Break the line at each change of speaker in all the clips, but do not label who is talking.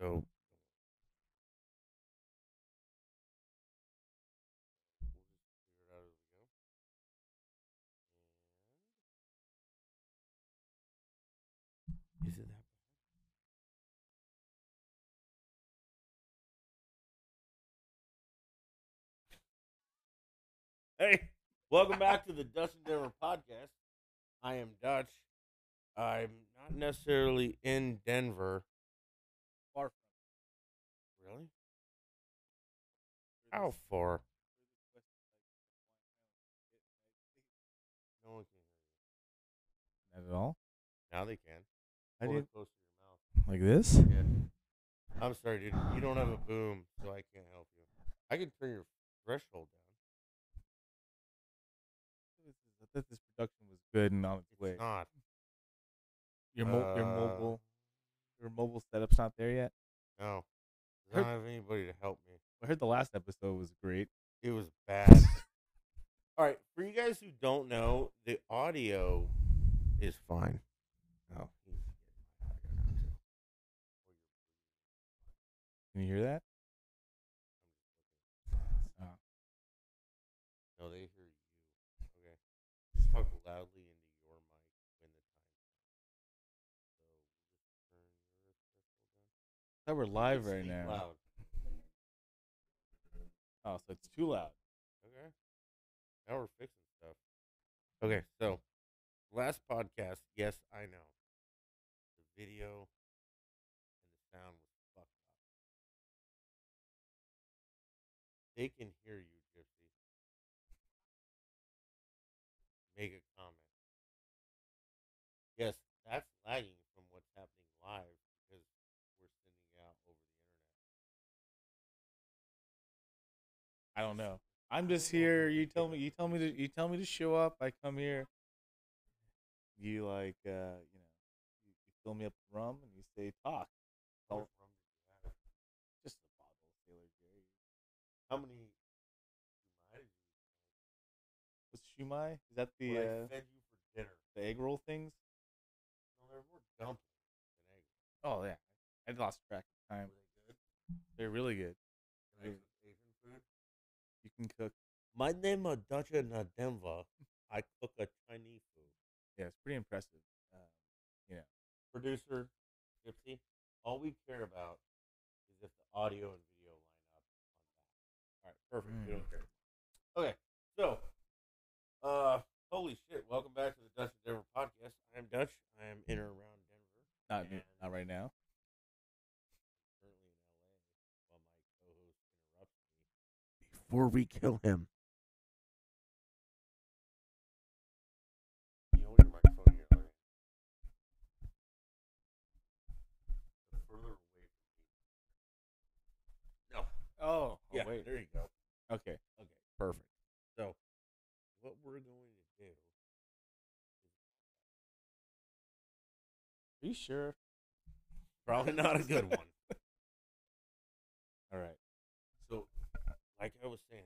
So we'll just figure it out as we go. And is it that? Hey, welcome back to the Dutch Endeavor podcast. I am Dutch. I'm not necessarily in Denver.
Far
Really?
from.
How far? No one can hear
Not at all.
you. Now they can.
I
Hold it
did
close to your mouth.
like this.
I'm sorry, dude. You don't have a boom, so I can't help you. I can turn your threshold down.
I thought this production was good and on its
It's
way.
not.
Your mo- your
Uh,
mobile your mobile setup's not there yet.
No. 'Cause I
Heard-
don't have anybody to help me.
I heard the last episode was great.
It was bad. All right, for you guys who don't know, the audio is fine. Oh, he needs to get my audio down too.
Can you hear that? Oh.
No, they hear you. Okay. Just talk loudly into your mic when the time comes.
I thought we're
So
live
just turn your
right now.
Loud.
Oh, so it's too loud.
Okay. Now we're fixing stuff. Okay, so last podcast, yes, I know. The video and the sound was fucked up. They can hear you, Gypsy. Make a comment. Yes, that's lagging from what's happening live because we're sending it out over the internet.
I don't know. I'm just here. You tell me. You tell me to. You tell me to show up. I come here. You like. uh You know. You, you fill me up with rum and you say talk.
How
Oh.
from did you have?
Just a bottle of Taylor Jerry.
How many? Might
What's shumai? Is that the
what I
uh,
fed you for dinner.
the egg roll things?
No, they're more dumplings than eggs.
Oh yeah, I lost track of
Were
time.
they good?
They're really good.
Can I
Mm.
cook Asian food?
You can cook.
My name is Dutch in Denver. I cook a Chinese food.
Yeah, it's pretty impressive. Uh,
Producer, Gypsy, all we care about is if the audio and video line up on that. All right, perfect. We don't care. Okay, so, uh, holy shit. Welcome back to the Dutch in Denver podcast. I'm Dutch. I am in or around Denver.
not me-
And-
not right now.
currently in LA while my co host interrupts me before we kill him. You hold your microphone here, Larry. The further away oh, from me. No.
Oh,
yeah,
wait.
there you go.
Okay.
Okay, perfect. So, what we're going to do.
Are you sure?
Probably not a good one.
All right.
So, like I was saying,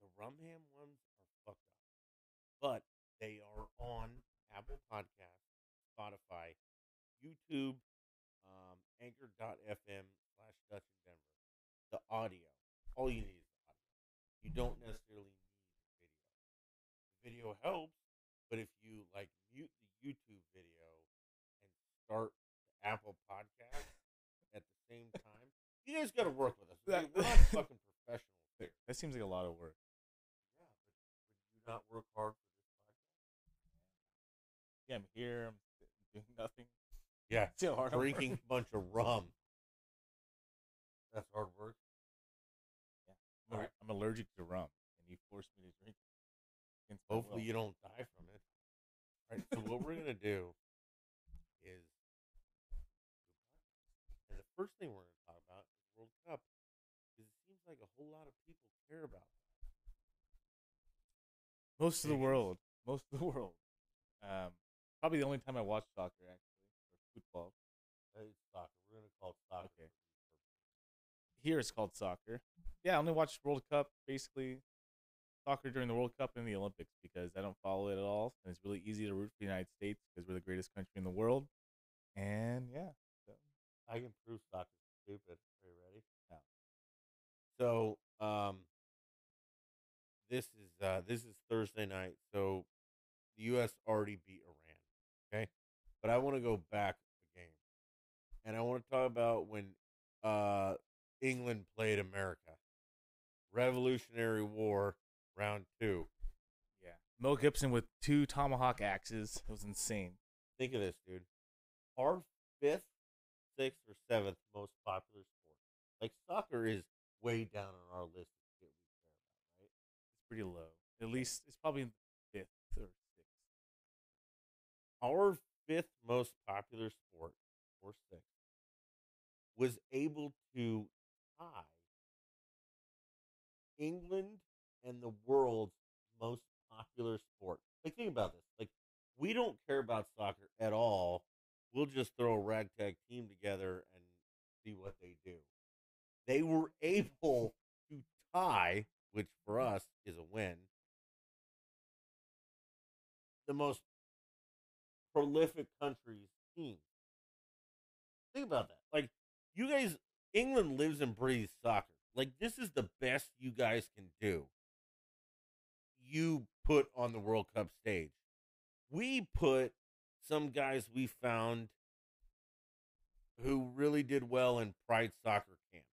the Rumham ones are fucked up, but they are on Apple Podcasts, Spotify, YouTube, um, Anchor.fm slash Dutch in Denver. The audio, all you need is the audio. You don't necessarily need the video. The video helps, but if you like mute the YouTube video and start the Apple Podcast at the same time, you guys got to work with us. okay?
That-
We're not fucking professionals here.
That seems like a lot of work.
Yeah, but would you not work hard for this podcast?
Yeah, I'm here. I'm doing nothing.
Yeah,
It's still hard. I'm working.
drinking a bunch of rum. That's hard work.
I'm, aller- I'm allergic to rum, and you forced me to drink. against my
Hopefully,
will.
you don't die from it. All right. So what we're gonna do is, and the first thing we're gonna talk about is World Cup, because it seems like a whole lot of people care about. That.
most of the
Biggins.
world, most of the world. Um, probably the only time I watch soccer actually, or football.
Uh, It's soccer. We're gonna call it soccer.
Okay. Here it's called soccer. Yeah, I only watch World Cup basically, soccer during the World Cup and the Olympics because I don't follow it at all, and it's really easy to root for the United States because we're the greatest country in the world. And yeah,
I can prove soccer is stupid. Are you ready?
No.
So, um, this is uh, this is Thursday night. So, the U.S. already beat Iran. Okay, but I want to go back a game, and I want to talk about when uh, England played America, Revolutionary War, round two.
Yeah. Mel Gibson with two tomahawk axes. It was insane.
Think of this, dude. Our fifth, sixth, or seventh most popular sport. Like soccer is way down on our list of shit we care about, right?
It's pretty low. At least it's probably in the fifth or sixth.
our fifth most popular sport, or sixth, was able to tie England and the world's most popular sport. Like, think about this. Like, we don't care about soccer at all. We'll just throw a ragtag team together and see what they do. They were able to tie, which for us is a win, the most prolific countries team. Think about that. Like you guys, England lives and breathes soccer. Like this is the best you guys can do. You put on the World Cup stage. We put some guys we found who really did well in Pride Soccer Camp.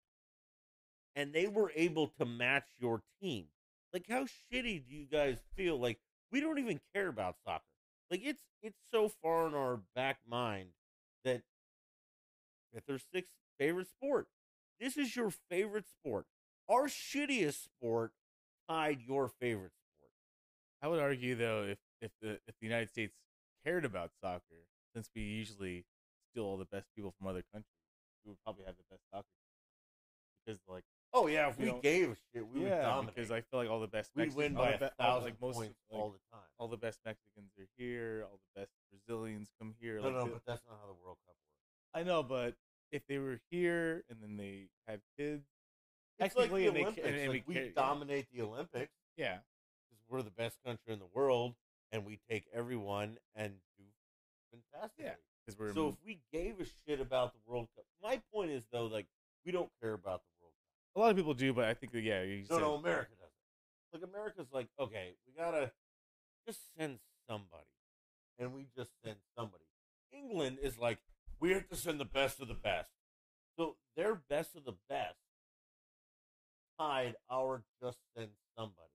And they were able to match your team. Like how shitty do you guys feel? Like we don't even care about soccer like it's it's so far in our back mind that fifth or sixth favorite sport. This is your favorite sport. Our shittiest sport tied your favorite sport.
I would argue though, if if the if the United States cared about soccer, since we usually steal all the best people from other countries, we would probably have the best soccer team. because like
Oh yeah, if
You
we
know,
gave a shit, we would
yeah,
dominate.
because I feel like all the best
we
Mexicans,
win
all
by
the
a
be- all-
thousand
like most
points
like,
all the time.
all the best Mexicans are here, all the best Brazilians come here.
No,
like
no,
the-
but that's not how the World Cup works.
I know, but if they were here and then they had kids,
It's like
Technically,
the
and they ca-
Olympics.
and- and
like,
we
we
ca- yeah.
dominate the Olympics
yeah,
because we're the best country in the world, and we take everyone and do fantastically.
because we're
So if we gave a shit about the World Cup, my point is though, like we don't care about the World Cup.
a lot of people do, but I think that, yeah, you
No,
said-
no, America doesn't. Like America's like, okay, we gotta just send somebody, and we just send somebody. England is like, we have to send the best of the best. So their best of the best tied our just send somebody.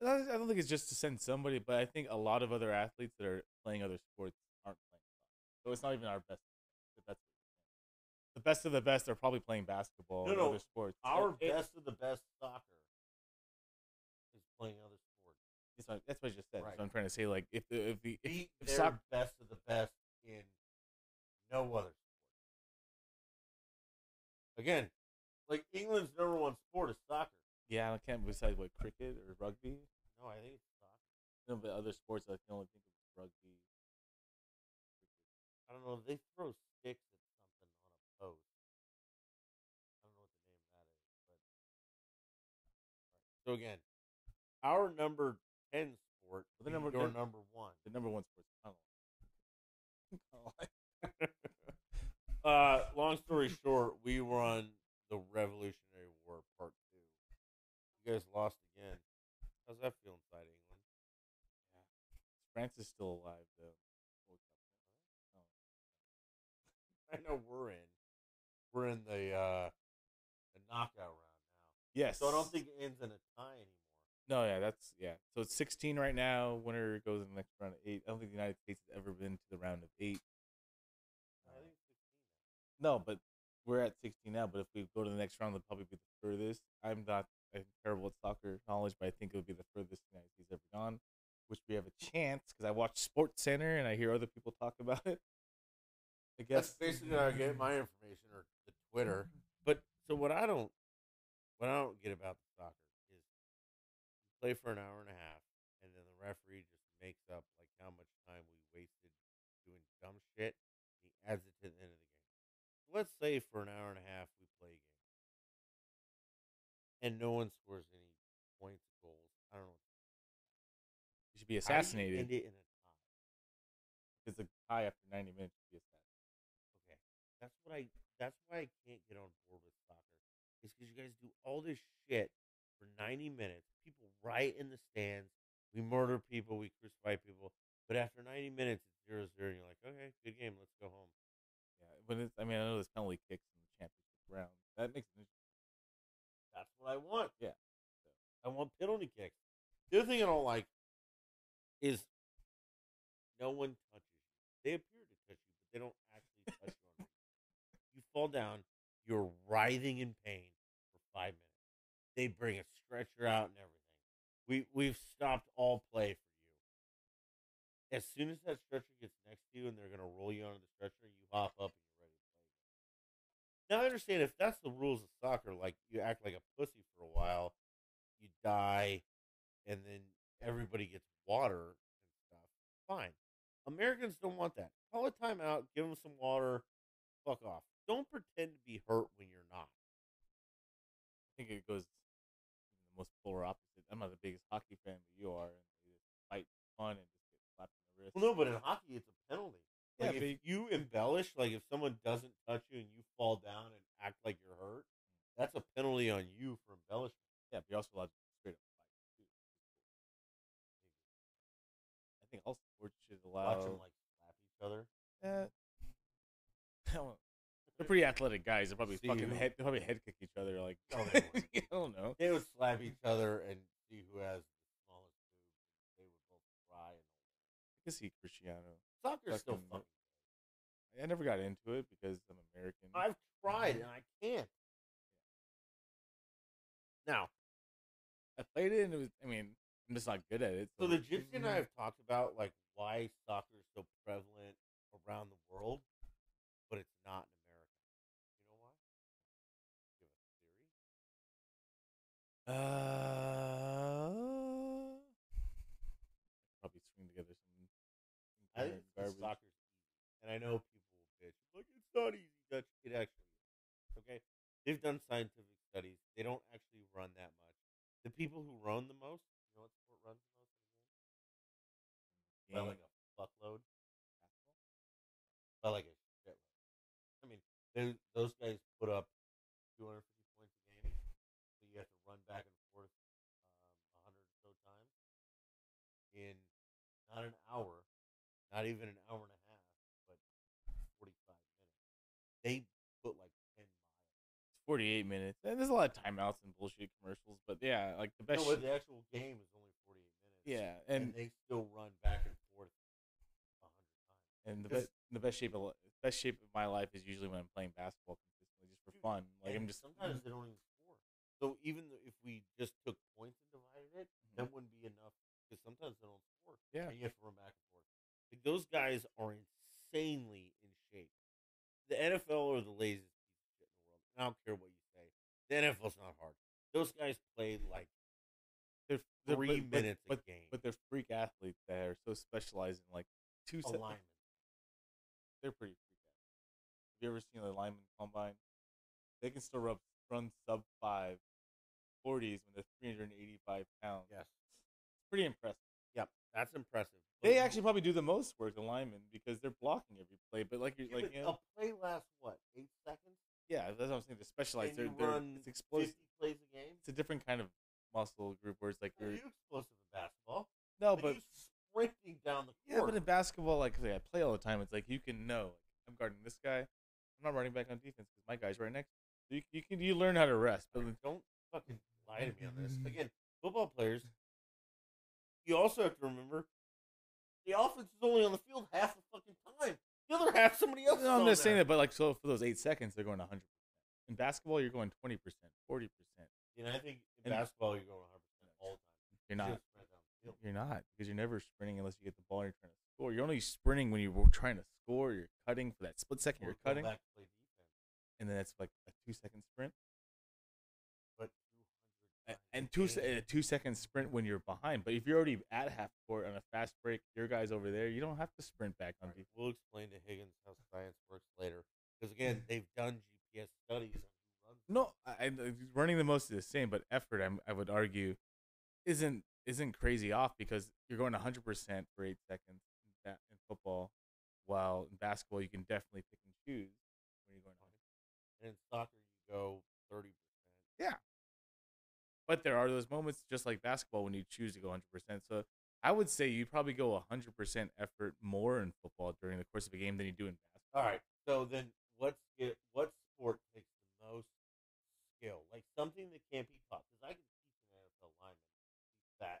I don't- I don't think it's just to send somebody, but I think a lot of other athletes that are playing other sports aren't playing. Basketball. So it's not even our best. The best, the best of the best are probably playing basketball
No,
and
no,
other sports.
Our
It- it-
best of the best soccer is playing other sports.
That's what, that's what I just said.
Right.
So I'm trying to say, like, if the if the if,
beat
if
their
soc-
best of the best in no other sport. Again, like England's number one sport is soccer.
yeah, I can't besides what cricket or rugby.
No, I think it's soccer.
No, but other sports I can only think of rugby.
I don't know. They throw sticks at something on a post. I don't know what the name of that is, but so again, our number ten sport,
Well, the number-
your
the-
number one.
The number one sports. I don't know.
Uh, long story short, we were on the Revolutionary War Part Two. You guys lost again. How's that feel inside England?
France is still alive though.
I know we're in. We're in the uh, the knockout round now,
Yes.
so I don't think it ends in a tie anymore.
No, yeah, that's yeah. So it's 16 right now. Winner goes in the next round of eight. I don't think the United States has ever been to the round of eight. Uh,
I think
No, but we're at 16 now. But if we go to the next round, it'll probably be the furthest. I'm not I'm terrible at soccer knowledge, but I think it would be the furthest the United States ever gone, which we have a chance because I watch Sports Center and I hear other people talk about it. I
That's
guess
basically how I get my information or the Twitter. But so what I don't what I don't get about the soccer is you play for an hour and a half and then the referee just makes up like how much time we wasted doing dumb shit. He adds it to the end of the game. Let's say for an hour and a half we play a game. And no one scores any points, goals. I don't know.
you should be
How do you
assassinated
End it in a tie.
because the tie after 90 minutes should be assassinated.
Okay. That's what I. That's why I can't get on board with soccer. Is because you guys do all this shit for ninety minutes. People riot in the stands. We murder people. We crucify people. But after ninety minutes, it's zero zero, and you're like, okay, good game. Let's go home.
Yeah, but it's, I mean, I know there's penalty kicks in the championship round. That makes it interesting.
That's what I want.
Yeah.
I want penalty kicks. The other thing I don't like is no one touches you. They appear to touch you, but they don't actually touch you. On you. you fall down, you're writhing in pain for five minutes. They bring a stretcher out and everything. We we've stopped all play for you. As soon as that stretcher gets next to you and they're gonna roll you onto the stretcher, you hop up and you're ready to play. Now I understand if that's the rules of soccer, like you act like a pussy for a while, you die, and then everybody gets water and stuff. Fine. Americans don't want that. Call a timeout, give them some water, fuck off. Don't pretend to be hurt when you're not.
I think it goes the most polar opposite. I'm not the biggest hockey fan, but you are. And they just fight fun and just get slapped in the wrist.
Well, no, but in hockey, it's a penalty.
Yeah,
Like
but
if you embellish, like if someone doesn't touch you and you fall down and act like you're hurt, that's a penalty on you for embellishment.
Yeah, but you're also allowed to straight up fight too. I think all sports should allow.
Watch them like slap each other.
Eh. I don't- They're pretty athletic guys. They're probably
See
fucking
who-
head, they probably head kick each other. Like
No, they wouldn't.
Oh, I don't know.
They would slap each other and see who has the smallest boobs. They would both cry.
I can see Cristiano.
Soccer's still
Fucking
fun.
I- I never got into it because I'm American.
I've tried and I can't. Now,
I played it and it was. I mean, I'm just not good at it.
so the gypsy and I have talked about like why soccer is so prevalent around the world, but it's not in America. You know why? You have a theory?
Uh, probably string together some.
I think it's because
garbage.
soccer's easy. And I know people will bitch. Like, it's not easy, Dutch. It actually is. Okay? They've done scientific studies. They don't actually run that much. The people who run the most, you know what sport runs the most? By
Game.
like a fuckload? By like a shitload. I mean, they, those guys put up 250 points a game. So you have to run back and forth um, 100 or so times in not an hour, not even an hour and a half, but 45 minutes. They put like 10 miles.
It's 48 minutes. And there's a lot of timeouts and bullshit commercials, but yeah, like the best.
No, but
shit-
the actual game is only 48 minutes.
yeah,
And,
and
they still run back and forth 100 times.
and the
because-
best the best shape of li- best shape of my life is usually when I'm playing basketball consistently, just for
Dude,
fun. Like
And
I'm just mm.
sometimes they don't even score. So even though if we just took points and divided it, that wouldn't be enough because sometimes they don't score.
Mm-hmm. Yeah.
and you have to run back and forth. Like those guys are insanely in shape. The NFL are the laziest piece of shit in the world. And I don't care what you say. The NFL's not hard. Those guys played like
they're, they're-
three
but- but-
minutes a
but,
game.
but they're freak athletes that are so specialized in like two. se-
alignment.
they're pretty freak athletes. Have you ever seen the lineman combine? They can still rub, run sub five 40s when they're 385 pounds.
Yes,
It's pretty impressive.
that's impressive. But
They
you-
actually probably do the most work, the linemen, because they're blocking every play. But like you're
yeah,
like,
but
you know,
a play lasts what eight seconds?
yeah, that's what I'm saying. They're specialized.
and
They're,
you
they're
run
it's explosive.
50 plays a game.
It's a different kind of muscle group where it's like
Are
you're
you explosive in basketball?
no,
Like,
but
you sprinting down the
yeah,
court.
but in basketball, like 'cause I play all the time, it's like you can know I'm guarding this guy. I'm not running back on defense because my guy's right next. You, you can you learn how to rest, but
Like, don't fucking lie to me on this.
Mm-hmm.
Again, football players, you also have to remember the offense is only on the field half the fucking time. The other half, somebody else. is
No, I'm
on
just saying
there.
that, but like, so for those eight seconds, they're going 100. percent In basketball, you're going 20 percent, 40 percent.
You know, I think in
And-
basketball, you're going 100 percent all the time.
You're not.
Just sprint down the field.
You're not because you're never sprinting unless you get the ball and you're trying to score. You're only sprinting when you're trying to score. You're cutting for that split second.
Or
You're
go
cutting,
Back to play defense,
and then that's like a two second sprint.
but
A-
200
And
times
two
a
se-
game.
a two second sprint when you're behind. But if you're already at half court on a fast break, your guy's over there. You don't have to sprint back
All
on
right,
defense.
We'll explain to Higgins how science works later, because again,
Mm.
they've done GPS studies on who runs.
No, I, I- running the most is the same, but effort, I'm, I would argue, isn't isn't crazy off because you're going 100 percent for eight seconds in, ba- in football, while in basketball you can definitely pick and choose. when you're going on.
Fine. And in soccer, you go thirty percent.
But there are those moments, just like basketball, when you choose to go 100%. So I would say you probably go 100% effort more in football during the course of a game than you do in basketball.
All right. So then, what's get what sport takes the most skill? Like something that can't be taught. Because I can teach an NFL lineman that you don't let someone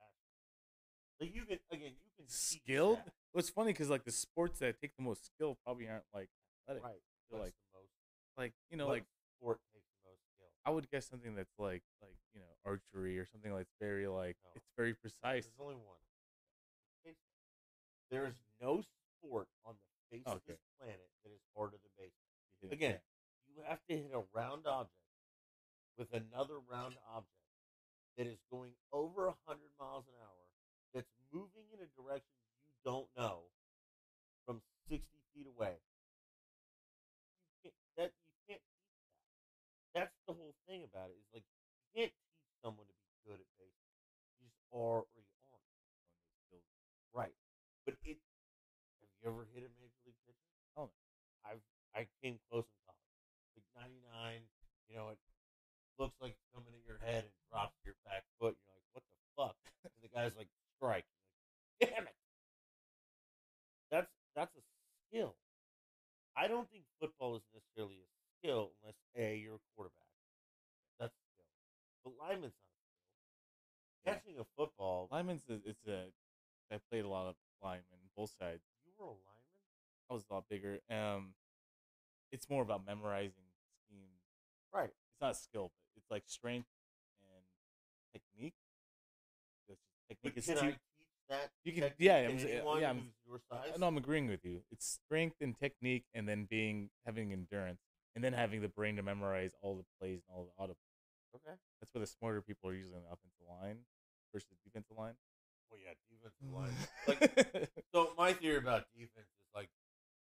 pass. you. Like you can again, you can teach
Skilled?
that,
Well, it's funny because like the sports that take the most skill probably aren't like athletic.
right?
But,
What's
like,
the most?
Like you know,
what
like
sport takes the most skill.
I would guess something that's like like you know archery or something like very like
No.
it's very precise.
There's only one. Baseball. There is no sport on the face of
Okay.
this planet that is harder than baseball.
Yeah.
Again, you have to hit a round object with another round object that is going over 100 miles an hour, that's moving in a direction you don't know from 60 feet away. You can't, that, you can't teach that. That's the whole thing about it. Is like you can't teach someone to be good at baseball. You just are or you aren't. Right. But it. Have you ever hit a major league pitcher?
Oh, no.
I've I came close in college. Like ninety nine, you know, it looks like it's coming at your head and drops to your back foot. You're like, what the fuck? And the guy's like, strike. You're like, Damn it. That's that's a skill. I don't think football is necessarily a skill unless a you're a quarterback. That's a skill. But lineman's not a skill.
Yeah.
Catching a football,
Lineman's a, it's a I played a lot of linemen both sides.
you were a lineman.
I was a lot bigger. Um, it's more about memorizing schemes.
Right.
It's not skill, but it's like strength and technique. Which
But
technique is
can
two-
I teach that?
you can
technique
yeah
to
I'm, s-
anyone
yeah I'm
who's your size.
Uh, No, I'm agreeing with you. It's strength and technique, and then being having endurance, and then having the brain to memorize all the plays and all the auto.
okay.
That's where the smarter people are usually on the offensive line versus the defensive line.
Well, yeah, defensive line. Like, so my theory about defense is like,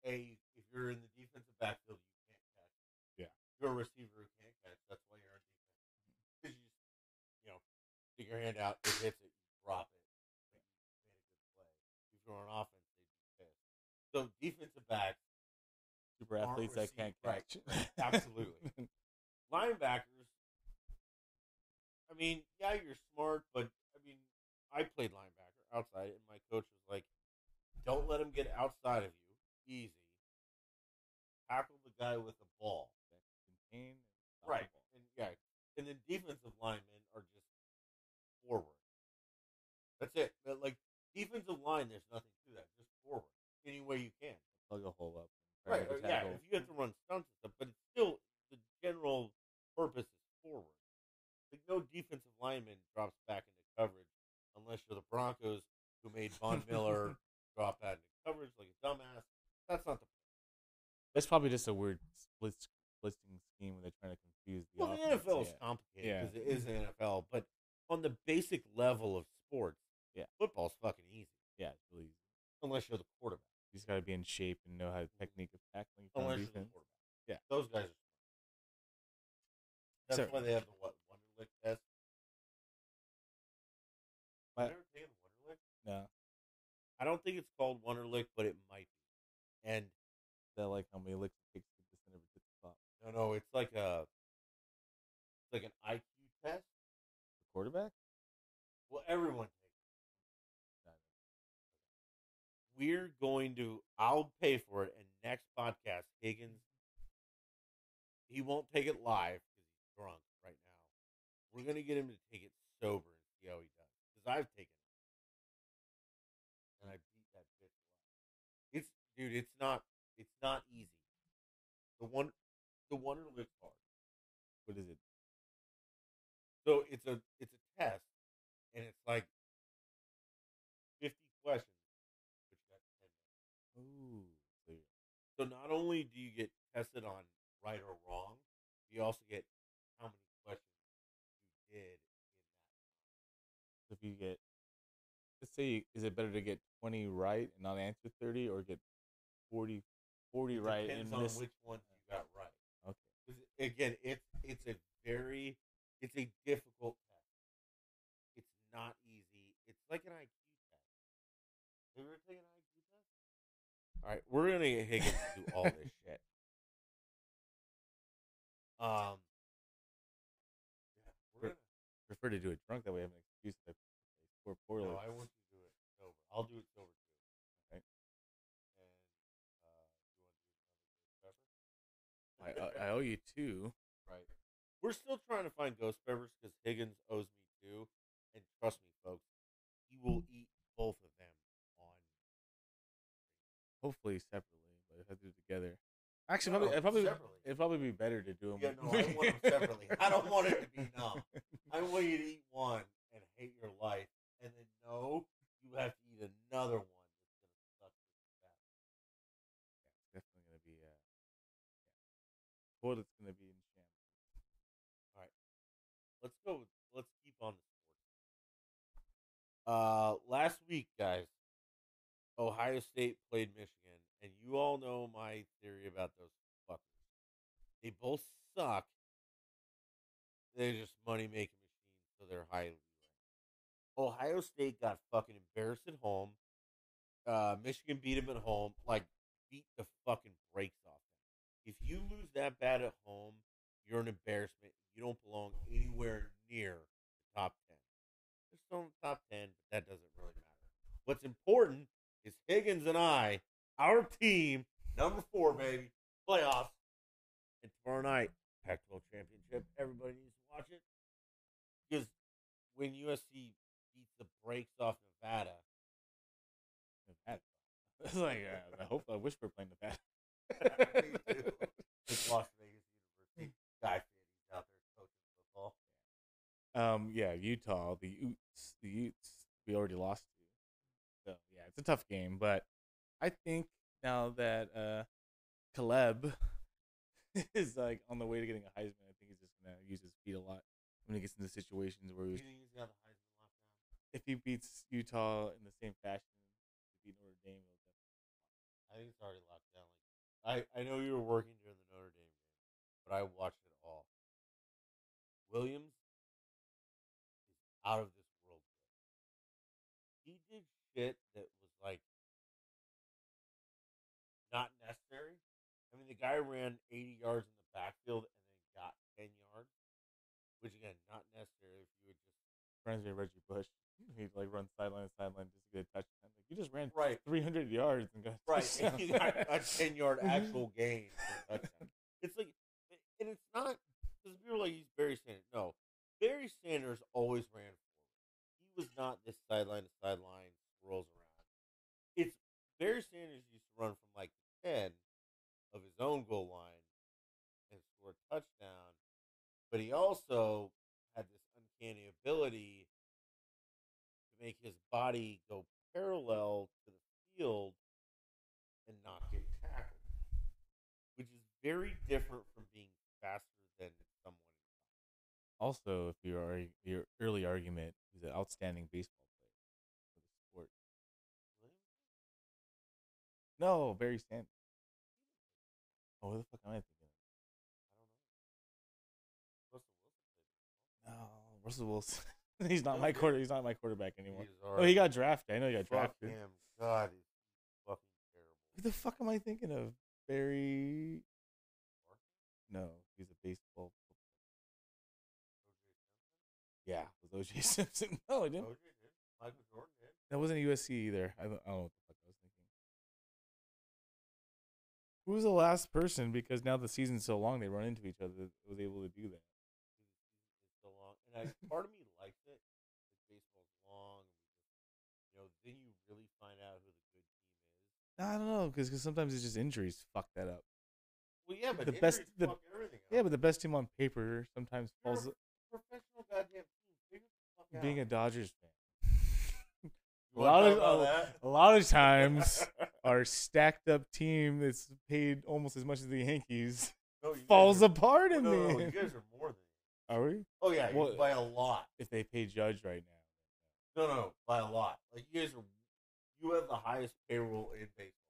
a if you're in the defensive backfield, you can't catch.
Yeah.
You're a receiver who can't catch. That's why you're on defense. Because you just, you know, stick your hand out, it hits it, you drop it. Like, you made a good play. If you're on offense, they just miss. So defensive backs
Super
aren't
athletes that can't catch.
received- right. Absolutely. linebackers. I mean, yeah, you're smart, but I mean, I played linebacker outside, and my coach was like, "Don't let him get outside of you. Easy. Tackle the guy with the ball.
Contain and stop the ball.
And yeah, and then defensive linemen are just forward. That's it. But like defensive line, there's nothing to that. Just forward any way you can.
Plug a hole up. try
Right.
to
or, Yeah.
tackle.
If you have to run stunts and stuff, but it's still the general purpose is forward. Like no defensive lineman drops back into coverage unless you're the Broncos who made Von Miller drop back into coverage like a dumbass. That's not the
That's probably just a weird split splitting scheme when they're trying to confuse the.
well.
offense.
The NFL is
Yeah. Yeah.
complicated because it is an NFL, but on the basic level of sports,
Yeah.
football's fucking easy
Yeah, it's really easy.
unless you're the quarterback.
You just got to be in shape and know how the
Mm-hmm.
technique of tackling. from
Unless you're the
defense.
quarterback.
Yeah.
Those guys are That's
So-
why they have the what Wonderlick test.
My-
Have you ever taken Wonderlic?
No,
I don't think it's called Wonderlick, but it might be. And
that like how many licks it takes to get the center to the top.
no, no, it's like a it's like an IQ test.
The quarterback.
Well, everyone takes.
Got
it. We're going to. I'll pay for it. And next podcast, Higgins. He won't take it live because he's drunk right now. We're gonna get him to take it sober and see how he does. Because I've taken it, and I beat that bitch. to life. It's dude. It's not. It's not easy. The one. The wonder lives hard.
What is it?
So it's a it's a test, and it's like fifty questions. But you got 10 minutes.
Ooh. So you're-
So not only do you get tested on right or wrong, you also get how many questions you did in that.
so if you get, let's say, you, is it better to get twenty right and not answer thirty, or get 40, 40 right and
Depends on
miss?
which ones you got right.
Okay.
'Cause Again, it's it's a very it's a difficult test. It's not easy. It's like an IQ test. Have you ever taken an IQ test? All right, we're gonna get Higgins to do all this shit. Um, yeah, we're
Great. prefer to do it drunk that way. I have an excuse if I score
gonna,
poorly.
no, I want you to do it sober. I'll do it sober too. uh,
Okay.
And uh, you want to do another
I,
Ghost Pepper?
I, I owe you two.
Right. We're still trying to find ghost peppers because Higgins owes me two, and trust me, folks, he will eat both of them on.
Hopefully separately, but if I do it together, actually, probably, it'd probably
separately.
it'd probably be better to do them.
Yeah, no, I want 'em separately. I don't want it to be numb. I want you to eat one and hate your life, and then no, you have to eat another one that's gonna suck. your back.
Definitely gonna be. Uh, yeah. Toilet's gonna be in shambles.
Let's go. With, let's keep on the sport. Uh, last week, guys, Ohio State played Michigan, and you all know my theory about those fuckers. They both suck. They're just money making machines, so they're highly ranked. Ohio State got fucking embarrassed at home. Uh, Michigan beat them at home, like beat the fucking brakes off them. If you lose that bad at home, you're an embarrassment. You don't belong anywhere near the top ten. They're still in the top ten, but that doesn't really matter. What's important is Higgins and I, our team, number four, baby, playoffs. And tomorrow night, Pac-12 championship. Everybody needs to watch it because when USC beats the brakes off Nevada,
Nevada. It's like uh, I hope I wish we we're playing Nevada.
Me too. it's Las Vegas University. Guy Fieri's out there coaching football.
Um, yeah, Utah, the Utes, the Utes, we already lost to. So yeah, it's a tough game, but I think now that uh, Caleb is like on the way to getting a Heisman, I think he's just gonna use his feet a lot when he gets into situations where
You
he,
think he's got the Heisman locked down?
if he beats Utah in the same fashion he beat Notre Dame, he'll definitely-
I think it's already locked down. Like, I I know you were working during the Notre Dame game, but I watched it all. Williams is out of this world. good. He did shit that was like not necessary. I mean, the guy ran 80 yards in the backfield and then got 10 yards, which again, not necessary if you would just
reminds me of Reggie Bush. He'd like run sideline to sideline just to get a touchdown. Like you just ran
right
300 yards and got a
Right.
touchdown.
you got a 10 yard actual gain. for a touchdown. It's like, and it's not because people are like, he's Barry Sanders. No, Barry Sanders always ran forward. He was not this sideline to sideline, rolls around. It's Barry Sanders used to run from like 10 of his own goal line and score a touchdown, but he also had this uncanny ability to make his body go parallel to the field and not get tackled, which is very different from being faster than someone.
Also, if your arg- your early argument is an outstanding baseball player for the sport. No, Barry Sanders. Oh, where the fuck am I thinking? of? No, Russell Wilson. he's not my
Okay.
quarter. He's not my quarterback anymore.
Oh,
Oh, he got drafted. I know he got
Fuck
drafted.
him. God, he's fucking
Who
terrible.
the fuck am I thinking of? Barry. No, he's a baseball. Yeah, it was OJ Simpson. No, I didn't.
OJ did. Michael Jordan did.
That wasn't USC either. I don't, I don't know what the fuck I was thinking. Who was the last person? Because now the season's so long, they run into each other. That was able to do that.
It's so long, and I, part of me likes it. because baseball's long, and you know, then you really find out who the good team is.
No, I don't know, because sometimes it's just injuries fuck that up.
Well, yeah, but
The best-
injuries
the-
fuck everything.
Yeah,
up.
but the best team on paper sometimes
You're a
falls
professional goddamn team. Figure the fuck out.
being a Dodgers fan.
You
a
wanna
lot
talk
of
about
a, a lot of times our stacked up team that's paid almost as much as the Yankees
No, you
falls
guys are-
apart in
No,
the
no, Oh, you
end.
guys are more than.
Are we?
Oh yeah,
Well-
you by a lot.
If they pay Judge right now.
No, no, no, by a lot. Like you guys are, you have the highest payroll in baseball.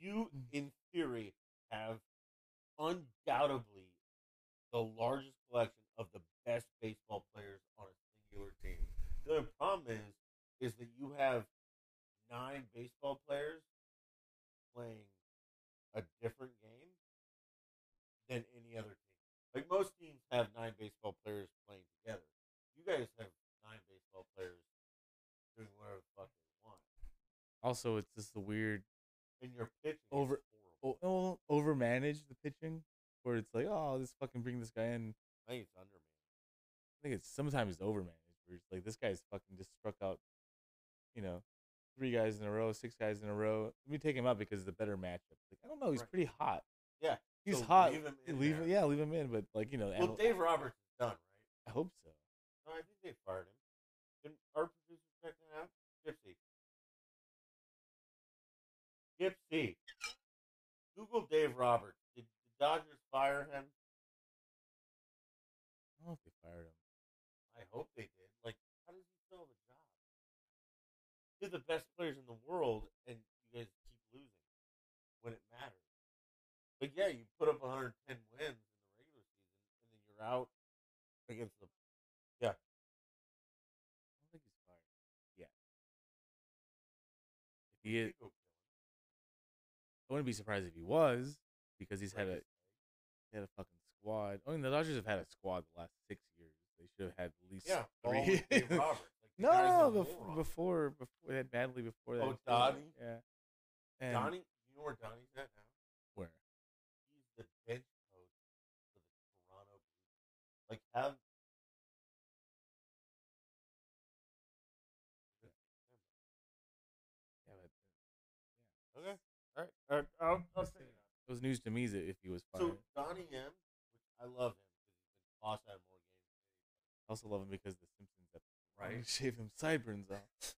You, in theory, have undoubtedly the largest collection of the best baseball players on a singular team. The only problem is, is that you have nine baseball players playing a different game than any other team. Like most teams have nine baseball players playing together. You guys have nine baseball players doing whatever the fuck they want,
Also, it's just the weird
and your pitching is
Over-
horrible.
o- o- overmanage the pitching, where it's like, oh, this fucking bring this guy in.
I think it's under
I think it's sometimes it's overmanaged. Where it's like this guy's fucking just struck out, you know, three guys in a row, six guys in a row. Let me take him out because of the better matchup. Like I don't know, he's
Right.
pretty hot.
Yeah,
he's
so
hot.
leave him in
leave
there.
yeah, leave him in. But like you know,
Well,
Adel-
Dave Roberts is done, right?
I hope so.
No, I think they fired him. Can our producer check that out? Gypsy. Gypsy. Google Dave Roberts. Did the Dodgers fire him?
I don't know if they fired him.
I hope they did. Like, how does he still have a job? You're the best players in the world, and you guys keep losing when it matters. But yeah, you put up 110 wins in the regular season, and then you're out against the.
I don't think he's fired. Yeah. If he is,
Chicago Cubs.
I wouldn't be surprised if he was because he's had a
Right.
they had a fucking squad. I mean, the Dodgers have had a squad the last six years. They should have had at least
Yeah, all
three.
with Dave Roberts. Like, the guy's
no,
a
before,
moron.
before before they had Badley before that.
Oh,
too.
Donnie?
Yeah. And
Donnie, you know where Donnie's at now?
Where?
He's the bench coach for the Toronto Blue Jays. Like, have.
Yeah, but
Okay. All right. All right. I'll, I'll
Just
take it
saying. it was news to me that if he was fired.
So Donnie M, which I love him because he's been tossed out of more games.
I also love him because the Simpsons have
than anybody.
shave him sideburns off.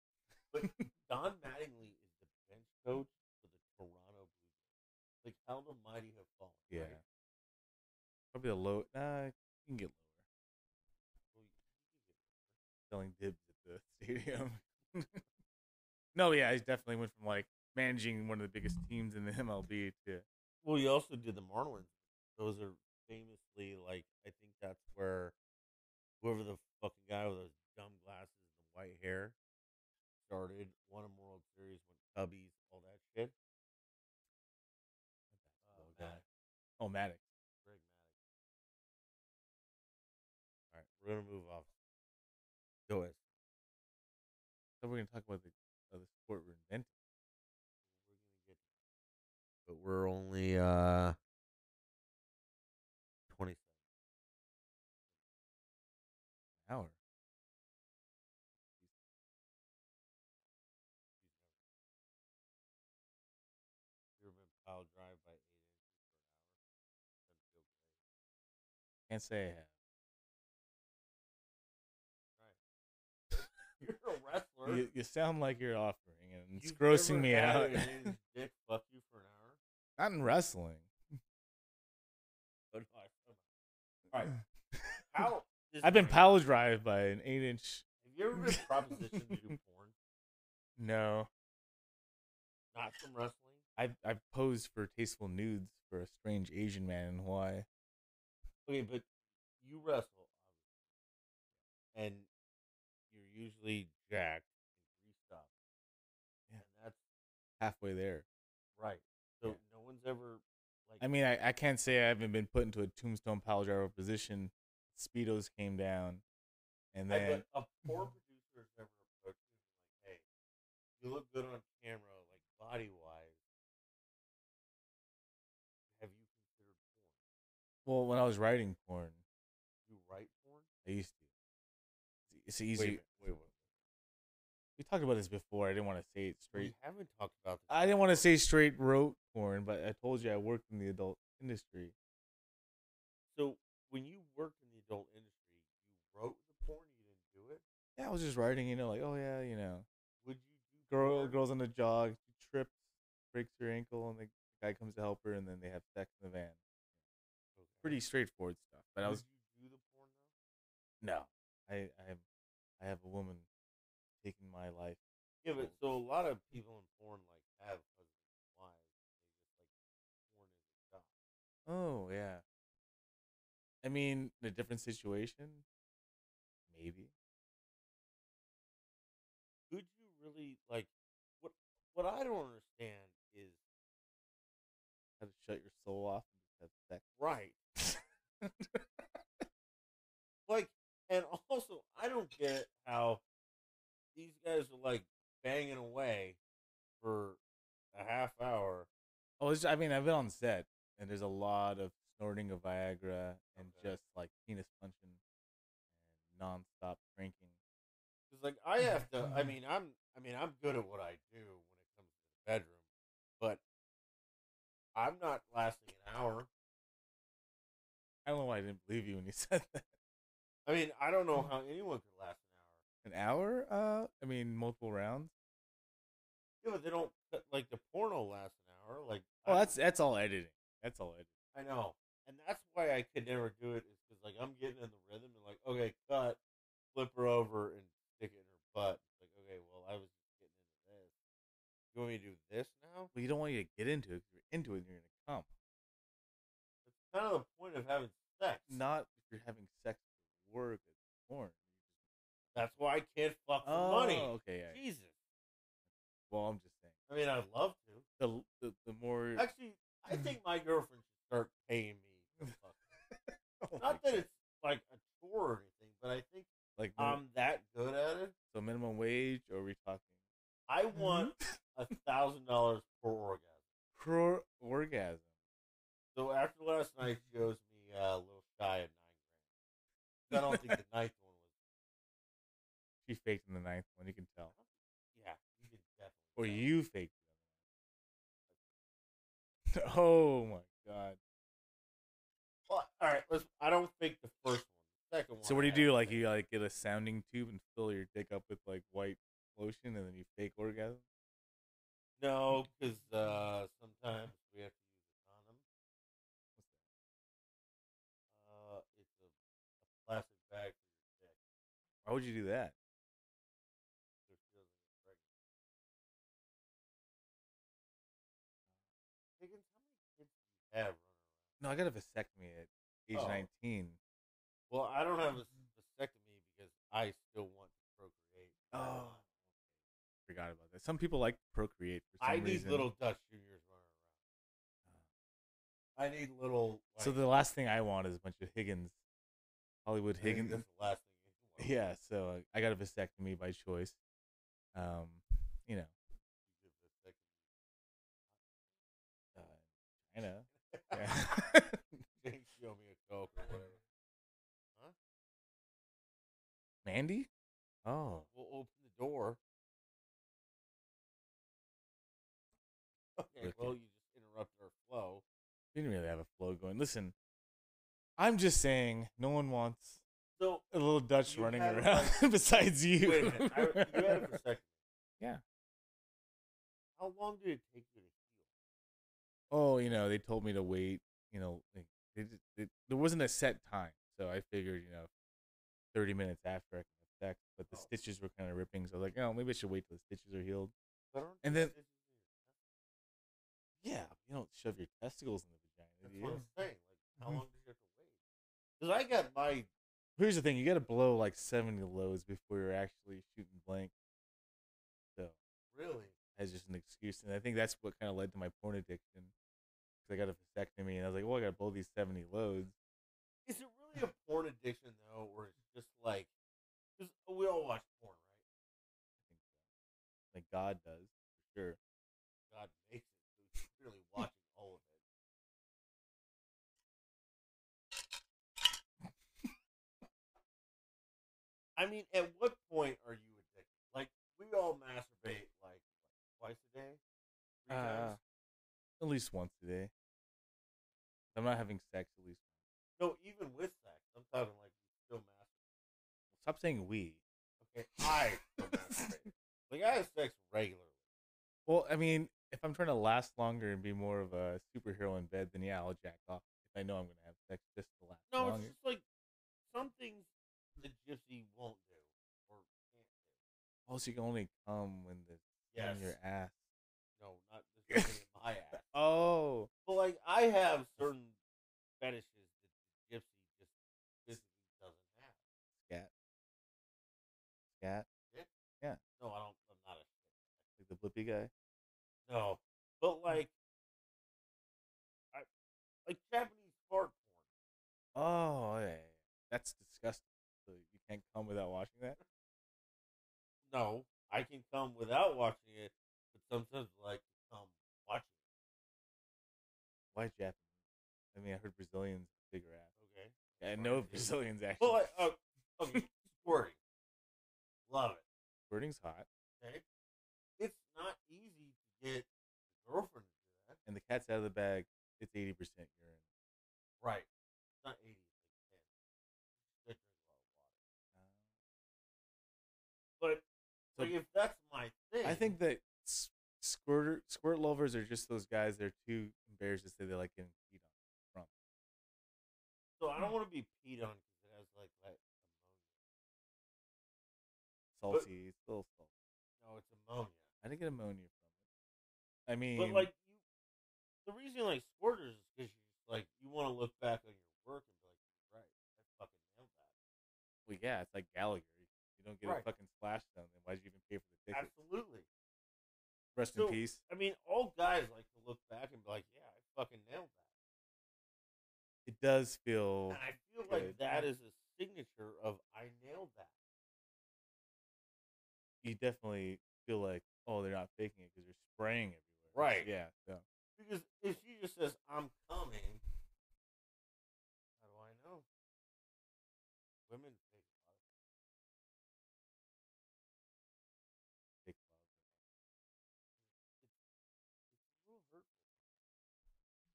Don Mattingly is the bench coach for the Toronto Blue Jays. Like how the mighty have fallen.
Yeah.
Right?
Probably a low. Nah, you can get lower. Selling dibs at the stadium. no, yeah, he definitely went from like managing one of the biggest teams in the MLB to
Well, you also did the Marlins. Those are famously like I think that's where whoever the fucking guy with those dumb glasses and the white hair started won a World Series when Cubbies all that shit. Oh,
guy. oh Maddox.
Greg Maddox. All right, we're gonna move off. Go ahead.
So we're gonna talk about the uh, the sport we're inventing.
We're gonna get, but we're only uh twenty seven.
An hour.
You've been pile drive by eight inches for an hour. Doesn't feel great.
Can't say I have.
You're a wrestler.
You, you sound like you're offering, and it's
You've
grossing
never
me
had
out.
an eight-inch dick fuck you for an hour.
Not in wrestling.
But I, all right. How? this
I've been
works.
power drive by an eight inch.
Have you ever been propositioned to do porn?
No,
Not from wrestling.
I've I've posed for tasteful nudes for a strange Asian man in Hawaii.
Okay, but you wrestle, obviously, and you're usually jacked and greased up.
Yeah.
and that's
Halfway there.
right. So
Yeah.
no one's ever like.
I mean, I, I can't say I haven't been put into a tombstone power driver position. Speedos came down, and
I-
then
but a poor producer has never approached you and like, "Hey, you look good on camera, like body wise. Have you considered porn?
well, when I was writing porn,
You write porn?
I used to. It's
Wait a
easy.
minute, Wait, wait,
We talked about this before. I didn't want to say it
wait.
straight.
We haven't talked about this.
I didn't want to say straight road porn, but I told you I worked in the adult industry.
So when you worked in the adult industry, you wrote the porn, you didn't do it.
Yeah, I was just writing, you know, like, oh yeah, you know,
Would you do
girl,
porn?
girls on the jog, she trips, breaks her ankle, and the guy comes to help her, and then they have sex in the van.
Okay.
Pretty straightforward stuff. But I
Would
was
you do the porn though?
no, I, I have, I have a woman taking my life.
Yeah, but so a lot of people in porn like have husbands and wives. They just like porn is a job.
Oh yeah. I mean, in a different situation, maybe.
could you really like what what I don't understand is
How to shut your soul off and just have sex.
right. Like, and also, I don't get how these guys are like banging away for a half hour.
Oh, it's, I mean, I've been on set, and there's a lot of snorting of Viagra and
Okay.
just like penis punching and nonstop drinking.
Cause like I have to. I mean, I'm. I mean, I'm good at what I do when it comes to the bedroom, but I'm not lasting an hour.
I don't know why I didn't believe you when you said that.
I mean, I don't know how anyone could last an hour.
An hour? Uh, I mean, multiple rounds.
Yeah, but they don't cut, like the porno lasts an hour. Like,
Oh,
I-
that's that's all editing. That's all editing.
I know, and that's why I could never do it. Is because like I'm getting in the rhythm and like, okay, cut, flip her over and stick it in her butt. It's like, okay, well, I was getting into this. You want me to do this now?
Well, you don't want you to get into it. 'cause You're into it, and you're gonna come.
That's kind of the point of having sex.
Not if you're having sex with work at porn.
that's why I can't fuck for
Oh,
money.
okay. yeah, yeah.
Jesus.
Well, I'm just saying.
I mean, I'd love to.
The the, the more
Actually, I think my girlfriend should start paying me. to fuck.
Oh my
Not that
God.
it's um, like a chore or anything, but I think
like min-
I'm that good at it.
so minimum wage, or are we talking
I
Mm-hmm.
want a thousand dollars per orgasm.
per orgasm?
So after last night, she owes me uh, a little shy of nine grand. I don't think the ninth one was.
She faked in the ninth one. You can tell,
Yeah, you can definitely.
or
tell.
you faked. Them. oh my god!
Well, all right, let's. I don't think the first one. The second one.
So what
I
do you do?
don't
Like
think.
you uh, like get a sounding tube and fill your dick up with like white lotion, and then you fake orgasm.
No, because uh, sometimes we have to use a condom. Uh, it's a, a plastic bag for your dick
Why would you do that?
so she doesn't get pregnant.
Uh,
Higgins, how many kids do you have running around?
No, I got a vasectomy at age
Oh.
nineteen.
Well, I don't have a s- vasectomy because I still want to procreate.
Oh. Forgot about that. Some people like to procreate for some
I need
reason.
little Dutch juniors running around. I need little. Like,
so the last thing I want is a bunch of Higgins, Hollywood
I think
Higgins.
That's the last thing. you want.
Yeah, so uh, I got a vasectomy by choice. Um, you know,
You get vasectomy.
uh, China. Yeah.
James, you owe me a coke or whatever.
Mandy? Oh,
We'll open the door. Okay.
Look
Well,
at-
you just interrupted our flow.
didn't really have a flow going. Listen, I'm just saying, no one wants
So
a little Dutch
You
running
had,
around
like-
besides you.
wait a minute. I, you had a vasectomy.
Yeah.
How long did it take you to heal?
oh, you know, they told me to wait. You know, like, they, just- they, there wasn't a set time, so I figured, you know, thirty minutes after I can have sex. But the
Oh.
stitches were kind of ripping, so I was like, oh, maybe I should wait till the stitches are healed.
But aren't
And
the
then-
stitches in your
Yeah, you don't shove your testicles in the
That's
vagina.
what
do
I'm
you?
saying. Like, how
Mhm.
long did you have to wait? Because I got my
Here's the thing: you got to blow like seventy loads before you're actually shooting blank. So
really.
that's just an excuse, and I think that's what kind of led to my porn addiction. 'Cause I got a vasectomy, and I was like, well, I got to blow these seventy loads.
Is it really a porn addiction though, or it's just like because we all watch porn, right?
Like God does, for sure.
God makes it, so he's really watching all of it. I mean, at what point are you addicted? Like, we all masturbate like what, twice a day, three
Uh,
times.
at least once a day. I'm not having sex at least.
No, even with sex, I'm talking like you still masturbate.
Stop saying we.
Okay, I still masturbate. Like I have sex regularly.
Well, I mean, if I'm trying to last longer and be more of a superhero in bed, then yeah, I'll jack off if I know I'm gonna have sex just to last
No, it's
longer.
just like some things the gypsy won't do or can't do.
Also, you can only come when the
Yes.
on your ass.
No, not this is in my ass.
Oh,
But like I have certain fetishes that the gypsy just physically doesn't have.
scat, scat,
No, I don't. I'm not a shit.
like the blippy guy.
No, but like, I like Japanese fart porn.
Oh, That's disgusting. So you can't come without watching that.
No, I can come without watching it, but sometimes I like to come watching
Why Japanese? I mean, I heard Brazilians are bigger ass.
it. Okay.
Yeah, I
Right.
know Brazilians actually.
Well, I, oh, okay. Squirting. Love it.
Birding's hot,
Okay. It's not easy to get a girlfriend to do that.
and the cat's out of the bag. It's eighty percent urine.
Right. It's not 80. It's like 10. They drink a lot of water.
Um,
But
So-
like, if that's my thing,
I think that s- squirter squirt lovers are just those guys. They're too embarrassed to say they like getting peed on.
so. I don't want to be peed on because it has like that ammonia. But-
Salty, it's a little salty.
No, it's ammonia.
I didn't get ammonia from it. I mean,
But like you, the reason you like squirters is because you just, like you want to look back on your work and be like, right, I fucking nailed that.
well, yeah, it's like Gallagher. You don't get
Right.
a fucking splash done, then why'd you even pay for the ticket?
Absolutely.
Rest
so-
in peace.
I mean, all guys like to look back and be like, yeah, I fucking nailed that.
It does feel.
And I feel
good.
like that is a signature of I nailed that.
You definitely feel like, oh, they're not faking it because they're spraying everywhere.
Right.
Yeah. yeah.
Because if she just says, I'm coming, how do I know? Women think
Big
it's a little hurtful.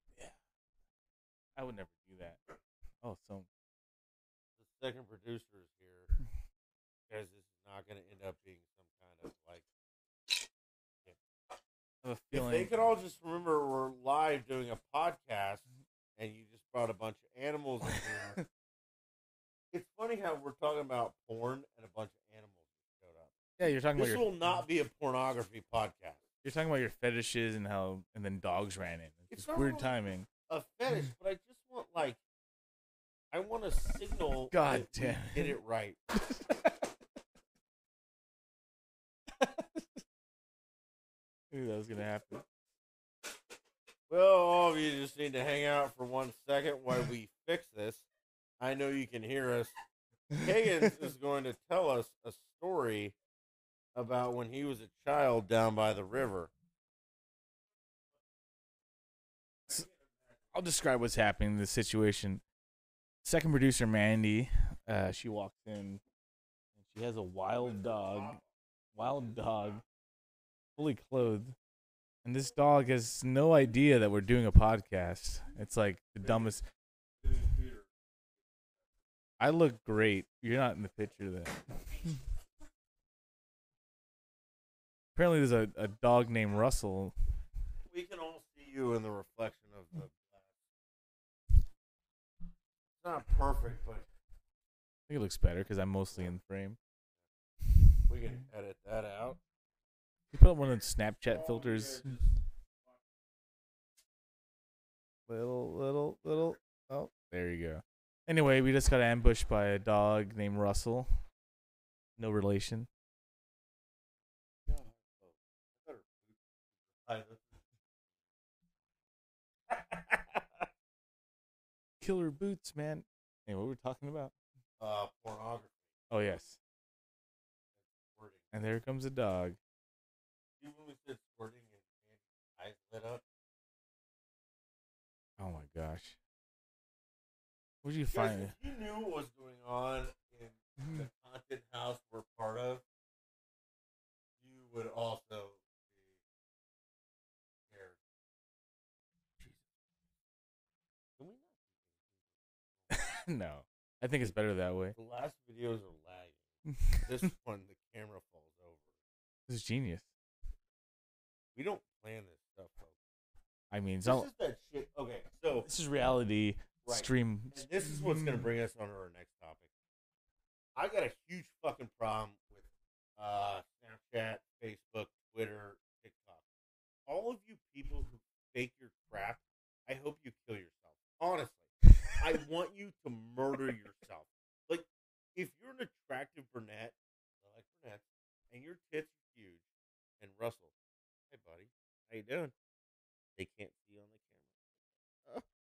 love. Yeah. I would never do that. Oh, so
The second producer is here. Guys, this is not going to end up being some kind of like.
I have
If
a feeling.
they could all just remember we're live doing a podcast and you just brought a bunch of animals in here. it's funny how we're talking about porn and a bunch of animals showed up.
yeah, you're talking about
This
your,
will not be a pornography podcast.
You're talking about your fetishes and how, and then dogs ran in. It's,
It's
just
not
weird
really-
timing.
A fetish, but I just want like I want to signal.
God
that we
damn it.
did it right.
I knew that was gonna happen.
Well, all of you just need to hang out for one second while we fix this. I know you can hear us. Higgins is going to tell us a story about when he was a child down by the river.
I'll describe what's happening in this situation. Second producer Mandy, uh, she walks in and she has a wild dog, wild dog, fully clothed. And this dog has no idea that we're doing a podcast. It's like the dumbest. I look great. You're not in the picture then. Apparently, there's a, a dog named Russell.
We can all see you in the reflection of the glass. It's not perfect, but
I think it looks better because I'm mostly in frame.
we can edit that out.
You put up one of those Snapchat filters. Little, little, little. Oh, there you go. Anyway, we just got ambushed by a dog named Russell. No relation. Killer boots, man. Hey, what were we talking about?
uh, pornography.
Oh, yes.
Squirting.
And there comes a dog.
You when we said squirting and Andy's eyes lit up.
Oh, my gosh. Where'd you
Guys,
find
if you knew what was going on in the content house we're part of, you would also be scared. Can we not?
no. I think it's better that way.
The last videos are lagging.
this
This one, the camera falls over.
is genius.
We don't plan this stuff, folks.
I mean, it's
This
not,
is that shit. Okay, so
this is reality
right.
stream.
And this is what's going to bring us on to our next topic. I got a huge fucking problem with uh, Snapchat, Facebook, Twitter, TikTok. All of you people who fake your crap, I hope you kill yourself. Honestly, I want you to murder yourself. Like, if you're an attractive brunette, I like brunettes, and your tits are huge, and Russell, hey buddy, how you doing? They can't see on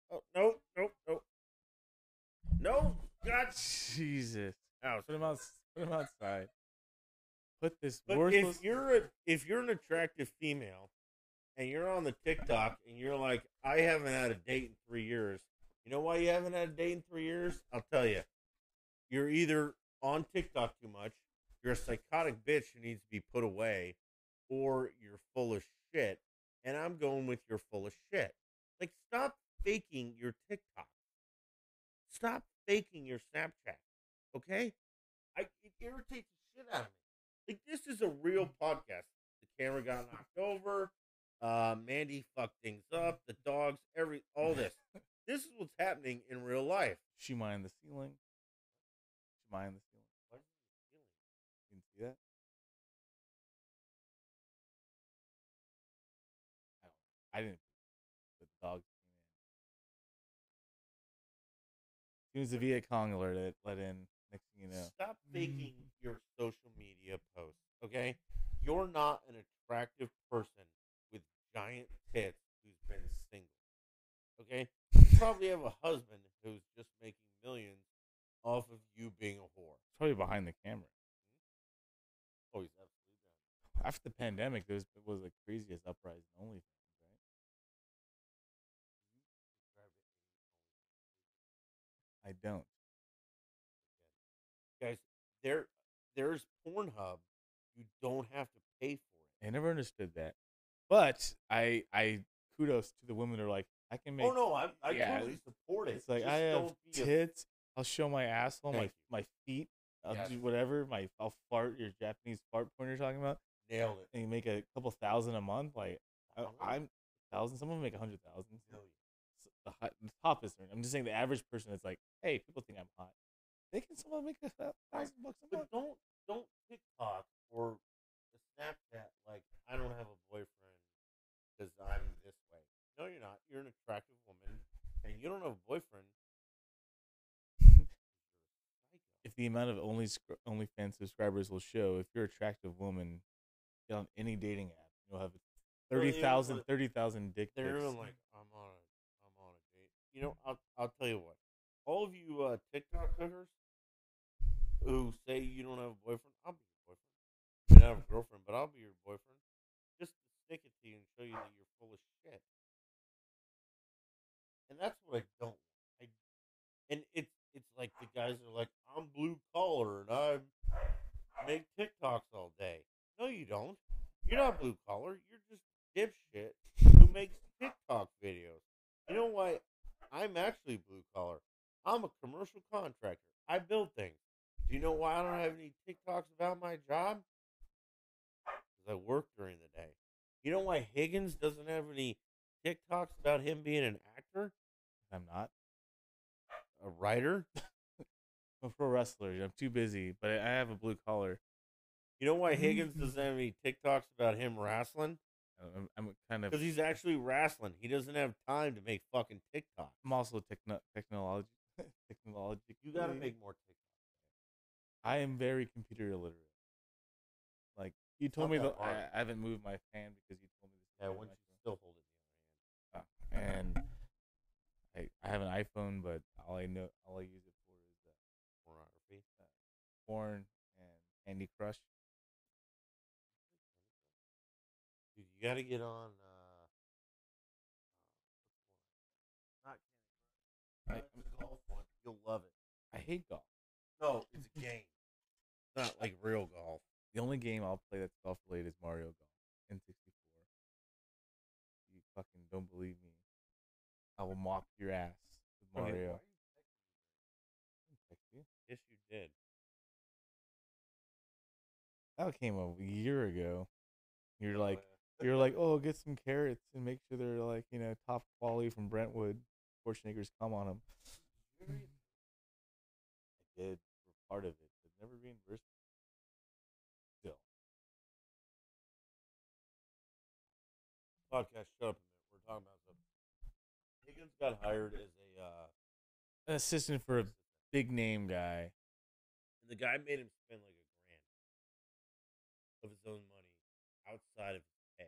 the camera. Oh, oh, nope, nope, nope. No, God God,
Jesus.
house.
Put him out. Put him outside. Put this
But
worthless.
if you're a, if you're an attractive female and you're on the TikTok and you're like, I haven't had a date in three years. You know why you haven't had a date in three years? I'll tell you. You're either on TikTok too much, you're a psychotic bitch who needs to be put away, or you're full of shit. And I'm going with you're full of shit. Like, stop faking your TikTok. Stop faking your Snapchat. Okay? I, it irritates the shit out of me. Like this is a real podcast. The camera got knocked over. Uh, Mandy fucked things up. The dogs, every all this. this is what's happening in real life.
she mined the ceiling. She mined the ceiling. You can see that. I don't- I didn't. The dog came in. As soon as the Viet Cong alert it let in, next thing you know,
Stop faking your social media posts. Okay, you're not an attractive person with giant tits who's been single. Okay, you probably have a husband who's just making millions off of you being a whore.
it's probably behind the camera.
Oh, he's absolutely. right.
After the pandemic, there was, it was the craziest uprising only. I don't.
guys there there's pornhub you don't have to pay for
I never understood that. But I I kudos to the women that are like, I can
it
make
oh no i, I
yeah,
totally support it
it's like
Just
I have
don't be a-
tits, I'll show my asshole, my
Thank you.
my feet, I'll
Yes.
do whatever, my I'll fart your Japanese fart porn you're talking about,
nailed it
and you make a couple thousand a month, like I,
Thousand?
I'm thousand, some of them make a hundred thousand.
Million.
s- the, hot, the top is earned. I'm just saying the average person is like, hey, people think I'm hot. They can somehow make a thou- thousand bucks a month.
but don't don't tiktok or the snapchat like i don't have a boyfriend because i'm this way no you're not you're an attractive woman and you don't have a boyfriend
If the amount of only scr- OnlyFans subscribers will show, if you're an attractive woman, get on any dating app, you'll have
Well, even
30,000
like-
30,000 dick pics.
They're even like, I'm on a, I'm on a date. You know, I'll, I'll tell you what. All of you uh, TikTok hookers who say you don't have a boyfriend, I'll be your boyfriend. You don't have a girlfriend, but I'll be your boyfriend. Just to stick it to you and show you that you're full of shit. And that's what I don't. want. I, and it's it's like the guys are like, I'm blue collar and I make TikToks all day. No, you don't. You're not blue collar. You're just dipshit who makes TikTok videos. You know why? I'm actually blue collar. I'm a commercial contractor. I build things. Do you know why I don't have any TikToks about my job? Because I work during the day. You know why Higgins doesn't have any TikToks about him being an actor,
I'm not.
a writer?
I'm a pro wrestler. I'm too busy, but I I have a blue collar.
You know why Higgins doesn't have any TikToks about him wrestling?
I'm, I'm kind of.
Because he's actually wrestling. He doesn't have time to make fucking TikToks.
I'm also techno- technology. technology.
You got to make more TikToks.
I am very computer illiterate. Like you told
not
me
that
that
hard.
I, I haven't moved my fan because you told me this.
Yeah, once you still hold it.
and I I have an iPhone, but all I know all I use it for is uh,
Pornography.
porn and Candy Crush.
Dude, you got to get on. Uh, not
I,
Candy Crush, the golf one. You'll love it.
I hate golf.
No, it's a game. It's not like real golf.
The only game I'll play that's golf related is Mario Golf N64. You fucking don't believe me? I will mop your ass with
Okay,
Mario.
why- Yes, you did.
That came a year ago. You're like,
Uh,
you're like, oh, get some carrots and make sure they're like, you know, top quality from Brentwood. Schwarzenegger's come on them. I did for part of it, but never reimbursed. Still,
podcast, shut up a minute. We're talking about something. Higgins got hired as a. Uh,
an assistant for a big name guy.
And the guy made him spend like a grand of his own money outside of his pay.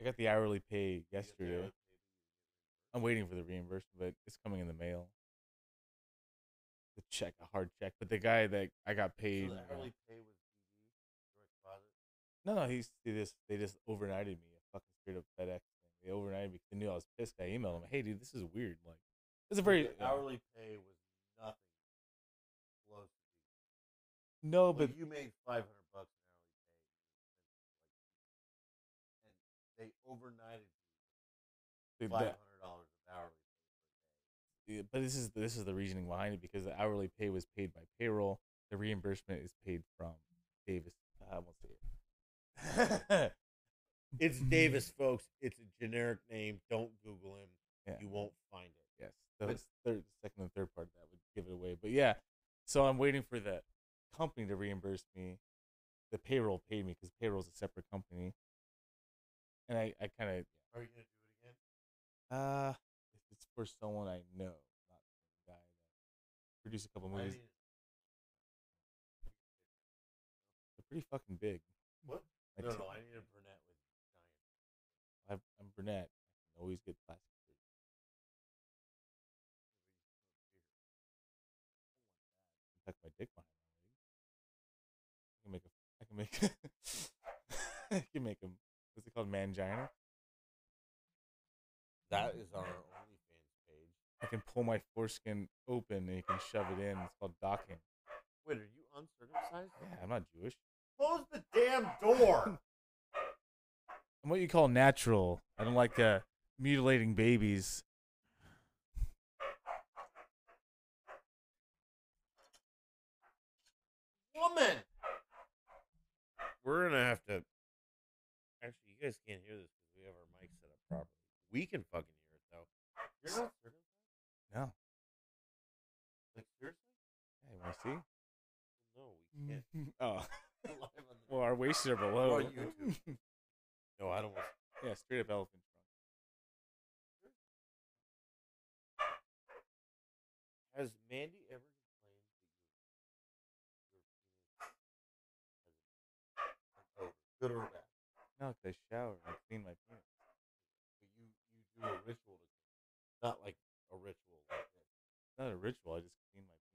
I got the hourly pay yesterday.
Yesterday.
I'm waiting for the reimbursement, but it's coming in the mail. the check, a hard check. But the guy that I got paid, uh,
So the hourly pay was DD, direct deposit.
no, no, he's they just they just overnighted me a fucking straight up FedEx. Thing. They overnighted me. 'cause They knew I was pissed. I emailed him, hey dude, this is weird. Like, it's a
So
very
the hourly pay was nothing close. to DD.
no,
Well,
Oh, but
you made five hundred bucks an hourly pay, and they overnighted
dude,
five
that,
hundred dollars of hourly
yeah, but this is this is the reasoning behind it because the hourly pay was paid by payroll. The reimbursement is paid from Davis. uh, I won't say it.
pay. It's Davis, folks. It's a generic name. Don't Google him.
Yeah.
You won't find it.
Yes,
But-
the s- third, second, and third part of that would give it away. But yeah, so I'm waiting for the company to reimburse me. The payroll paid me because payroll's a separate company, and I, I kind
Are you gonna do it again?
of uh, if it's for someone I know, not some guy that produced a couple
I
movies.
mean,
They're pretty fucking big.
What?
Like,
no, no. I need a brunette with giant.
I'm, I'm brunette. I can always get plastic. surgery. Tuck my dick behind my leg. I can make a. I can make. I can make a. What's it called? Mangina.
That is our OnlyFans page.
I can pull my foreskin open and you can shove it in. It's called docking.
Wait, are you uncircumcised?
Yeah, I'm not Jewish.
Close the damn door.
I'm what you call natural. I don't like uh, mutilating babies.
Woman. We're gonna have to. Actually, you guys can't hear this because we have our mic set up properly. We can fucking hear it though. You're not circumcised?
No.
Like seriously?
Hey, want to
No, we
see?
can't.
oh,
We're live on the-
well, our waists are below.
YouTube. no, I don't want.
Yeah, straight up elephant trunk.
Has Mandy ever complained to you? Your penis has a- oh, good or bad?
No, 'cause I shower. and I clean my penis.
But you you do a ritual to not like a ritual like this.
It's not a ritual. I just clean my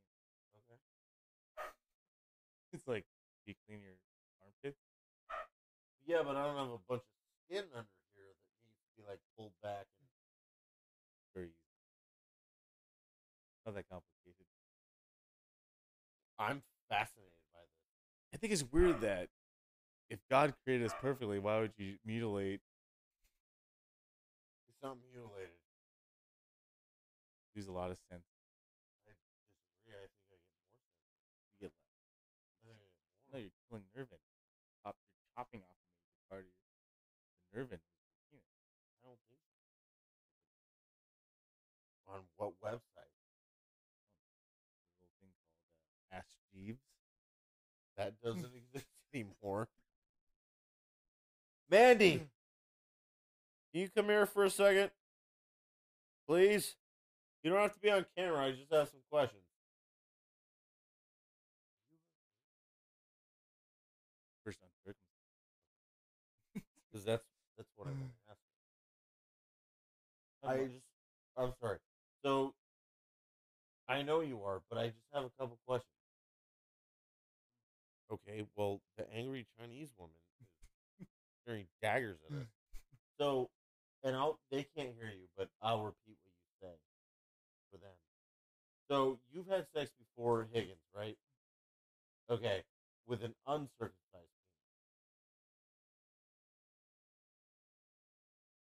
penis.
Okay.
It's like you clean your armpit.
Yeah, but I don't have a bunch of skin under here that needs to be like pulled back. And
Very easy. Not that complicated.
I'm fascinated by this.
I think it's weird that if God created us perfectly, why would you mutilate?
It's not mutilated.
Lose a lot of sense.
I disagree. I think I get more sense.
You get
I think I get more.
no, you're killing nerve endings. Chop, you're chopping off a major part of your the nerve endings.
I don't think so. On what website? Oh,
A little thing called uh, Ask Jeeves.
That doesn't exist anymore. Mandy, can you come here for a second? Please? You don't have to be on camera. I just have some questions.
First uncircumcised.
Because that's, that's what I'm going to ask.
I
I
don't know.
just, I'm sorry. So, I know you are, but I just have a couple questions. Okay, well, the angry Chinese woman is throwing daggers at us. So, and I'll, they can't hear you, but I'll repeat what you say for them. So, you've had sex before Higgins, right? Okay, with an uncircumcised penis.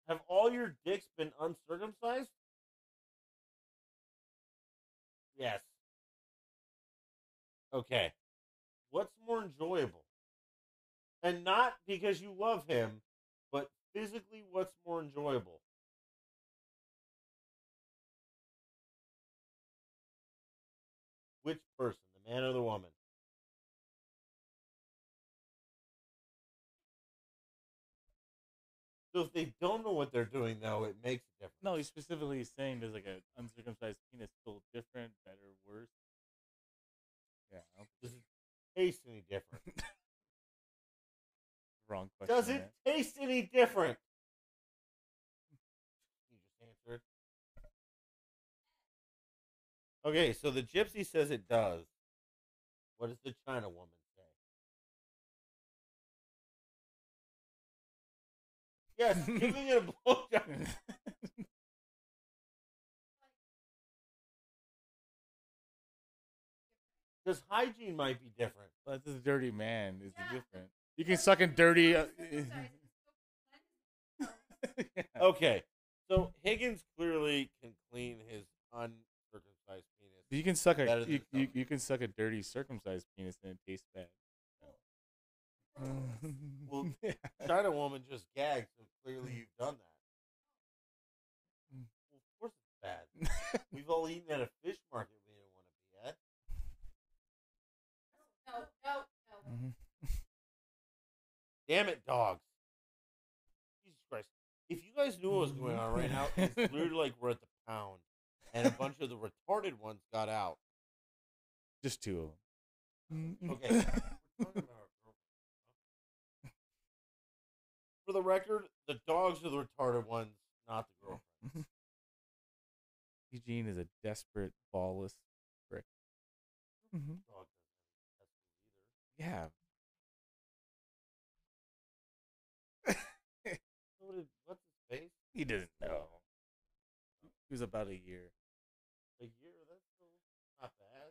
Have all your dicks been uncircumcised? Yes. Okay. What's more enjoyable? And not because you love him, but physically, what's more enjoyable? Which person, the man or the woman? So if they don't know what they're doing, though, it makes a difference.
No, he's specifically saying there's like an uncircumcised penis still different, better, worse. Yeah, I don't-
Does it taste any different?
wrong question.
Does it
there.
taste any different? Hmm. You just answered. Okay, so the gypsy says it does. What does the China woman say? Yes, giving it a blowjob. Because hygiene might be different.
But this dirty man is
Yeah.
different. You can suck in dirty. Uh, yeah.
Okay, so Higgins clearly can clean his uncircumcised penis.
You can suck
Better
a
than
you, you,
some.
you can suck a dirty circumcised penis and it tastes bad.
Well,
Yeah.
China woman just gagged, so clearly you've done that. Well, of course it's bad. We've all eaten at a fish market we didn't want to be at.
No, no, no.
Damn it, dogs. Jesus Christ. If you guys knew what was going on right now, it's literally like we're at the pound and a bunch of the retarded ones got out.
Just two of them.
Okay. We're talking about our girlfriends. For the record, the dogs are the retarded ones, not the girlfriend.
Eugene is a desperate, ballless prick.
Dog doesn't
Yeah.
have a testicle either. What is- What's his face?
He doesn't know. He was about a year.
A year? That's still not bad.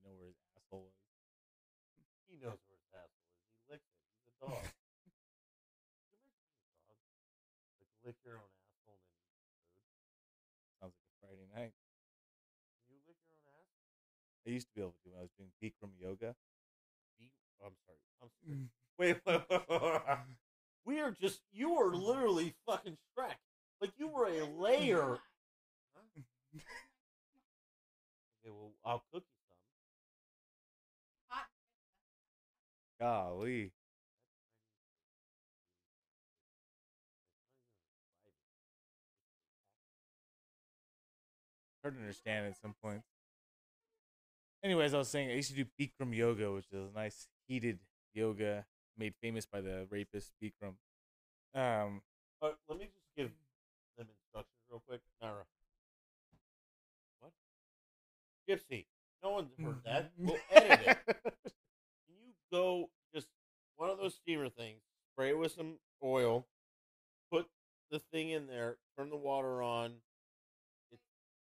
You know where his asshole was.
He knows where his asshole is. He licks it. He's a dog. You're making me a dog. Like lick your own asshole and then
Sounds like a Friday night.
you lick your own asshole.
I used to be able to do when I was doing Bikram yoga.
Be- I'm sorry. I'm sorry. Wait, wait, wait, wait, wait, wait. We are just. You are literally fucking Shrek. Like you were a layer. Okay, well, I'll cook you some.
Golly. Hard to understand at some point. Anyways, I was saying I used to do Bikram yoga, which is a nice heated yoga made famous by the rapist Bikram. Um,
All right, let me just give them instructions real quick. Nara. What? Gypsy. No one heard that. We'll edit it. Can you go just one of those steamer things, spray it with some oil, put the thing in there, turn the water on. It,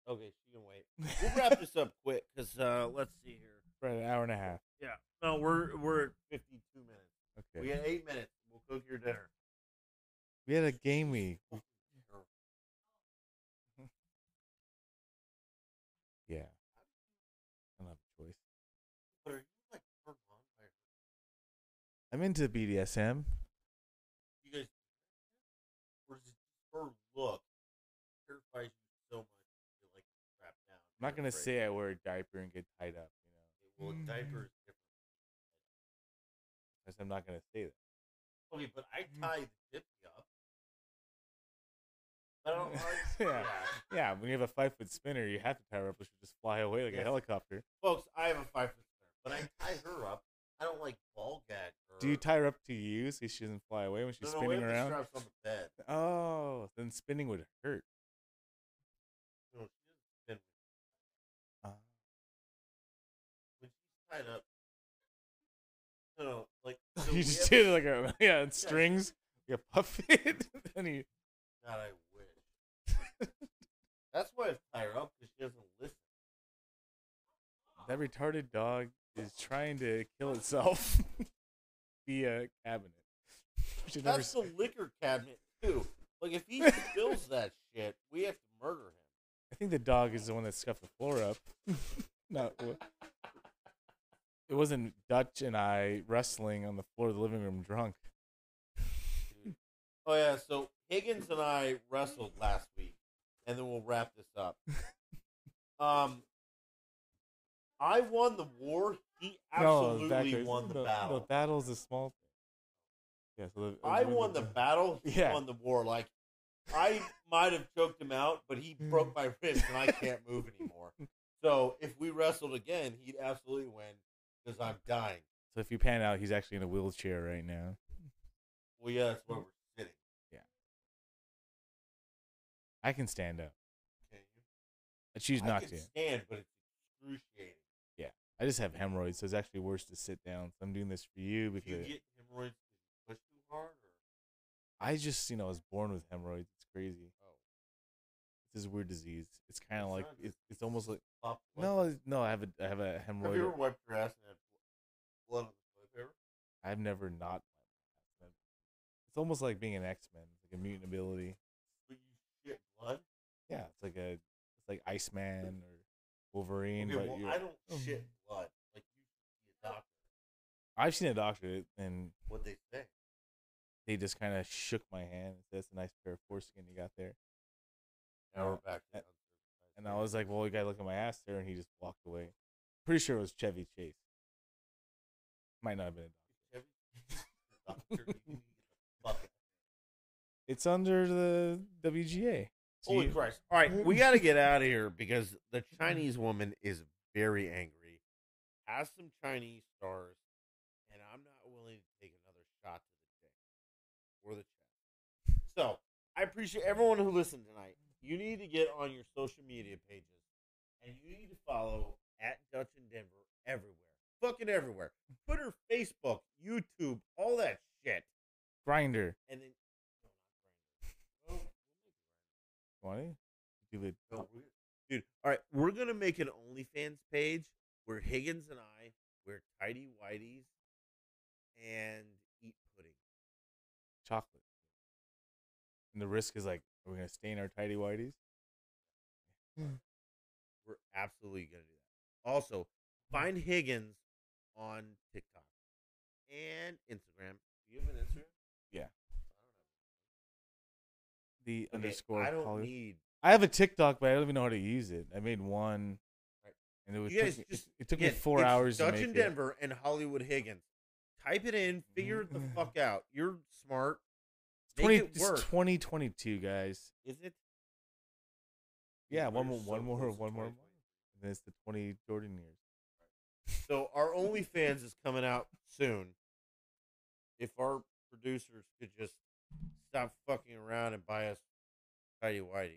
okay, she can wait. We'll wrap this up quick because uh, let's see here.
For an hour and a half.
Yeah. No, we're we're at 52 minutes.
Okay.
We got eight minutes. We'll cook your dinner.
We had a game week. Yeah. I don't have a choice.
But are you like turned on by her?
I'm into BDSM.
You guys, or is it her look terrifies you so much you like crap down?
I'm not gonna say Mm. I wear a diaper and get tied up, you know.
Well, a diaper is different.
'cause I'm not gonna say that.
Okay, but I
Mm.
tie the gypsy up. I don't like
Yeah. Yeah, when you have a five foot spinner, you have to tie her up, or she'll just fly away like
Yes.
a helicopter.
Folks, I have a five foot spinner, but I tie her up. I don't like ball gag her.
Do you tie her up to you so she doesn't fly away when she's
no, no, we
spinning
have the
around?
straps on the bed.
Oh, then spinning would hurt.
No, she doesn't spin.
Uh,
When she's tied up. No, no, like so we
you just
have-
did like a yeah, and strings, like a puppet, and you
God, I wish. That's why I've tied her up because she doesn't listen.
That retarded dog is trying to kill itself via cabinet. We should never
That's
s-
the liquor cabinet too. Like if he spills that shit, we have to murder him.
I think the dog is the one that scuffed the floor up. no, it wa- it wasn't Dutch and I wrestling on the floor of the living room drunk.
Oh yeah, so Higgins and I wrestled last week, and then we'll wrap this up. Um, I won the war. He
No,
absolutely
backwards.
won the,
No,
battle.
The battle's a small thing. Yeah, so the,
I won the battle. He
Yeah.
won the war. Like I might have choked him out, but he
Mm.
broke my wrist, and I can't move anymore. So if we wrestled again, he'd absolutely win because I'm dying.
So if you pan out, he's actually in a wheelchair right now.
Well, yeah, that's where we're sitting.
I can stand up.
Can you?
I choose
I
not
can
to.
stand, but it's excruciating.
I just have hemorrhoids, so it's actually worse to sit down. So I'm doing this for you
Do you
because
get hemorrhoids because you push too hard? Or?
I just, you know, was born with hemorrhoids. It's crazy.
Oh,
It's this weird disease. It's kind of
It's
like
not a
it's, it's almost like
pop blood.
no, it- no. I have a I have a
Have you ever
hemorrhoid.
wiped your ass and had blood on the toilet paper?
I've never not. It's almost like being an X Men, like a mutant ability.
But you shit blood.
Yeah, it's like a it's like Iceman or Wolverine,
Okay,
but
well,
you're,
I don't
Oh.
shit blood. Like you should be a doctor.
I've seen a doctor and
What they say?
they just kind of shook my hand and said, "That's a nice pair of foreskin you got there."
Now we're back. to
And-
uncircumcised
And I was like, "Well, you gotta look at my ass there," and he just walked away. Pretty sure it was Chevy Chase. Might not have been. A doctor.
Chevy Chase, the doctor, you need to get the fuck out.
It's under the WGA. So
Holy
you-
Christ! All right, we got to get out of here because the Chinese woman is very angry. Has some Chinese stars, and I'm not willing to take another shot to the dick or the chest. So I appreciate everyone who listened tonight. You need to get on your social media pages, and you need to follow at Dutch and Denver everywhere, fucking everywhere. Twitter, Facebook, YouTube, all that shit,
Grinder.
and then. No, not Grindr. No,
Want it? Do it.
no, we're- dude. All right, we're gonna make an OnlyFans page where Higgins and I wear tidy whities and eat pudding.
chocolate. And the risk is like, are we gonna stain our tidy whities?
We're absolutely gonna do that.
Hmm.
Also, find Higgins on TikTok and Instagram. Do you have an Instagram?
Yeah.
I
The
don't know. Okay,
underscore.
I don't
Hollywood-
need.
I have a TikTok, but I don't even know how to use it. I made one,
Right.
and it was
You guys
took, me-
just
it, it took me
again,
four
it's
hours to
Dutch
make
and
it.
Denver and Hollywood Higgins. Type it in. Figure it the
Mm-hmm.
fuck out. You're smart.
It's
Make
20,
it work.
it's 2022, guys.
Is it?
Yeah,
Dude,
one
we're
more,
so
one more,
close to
one more, and
2020.
then it's the 20 Jordan years.
So our OnlyFans is coming out soon. If our producers could just stop fucking around and buy us tidy whities.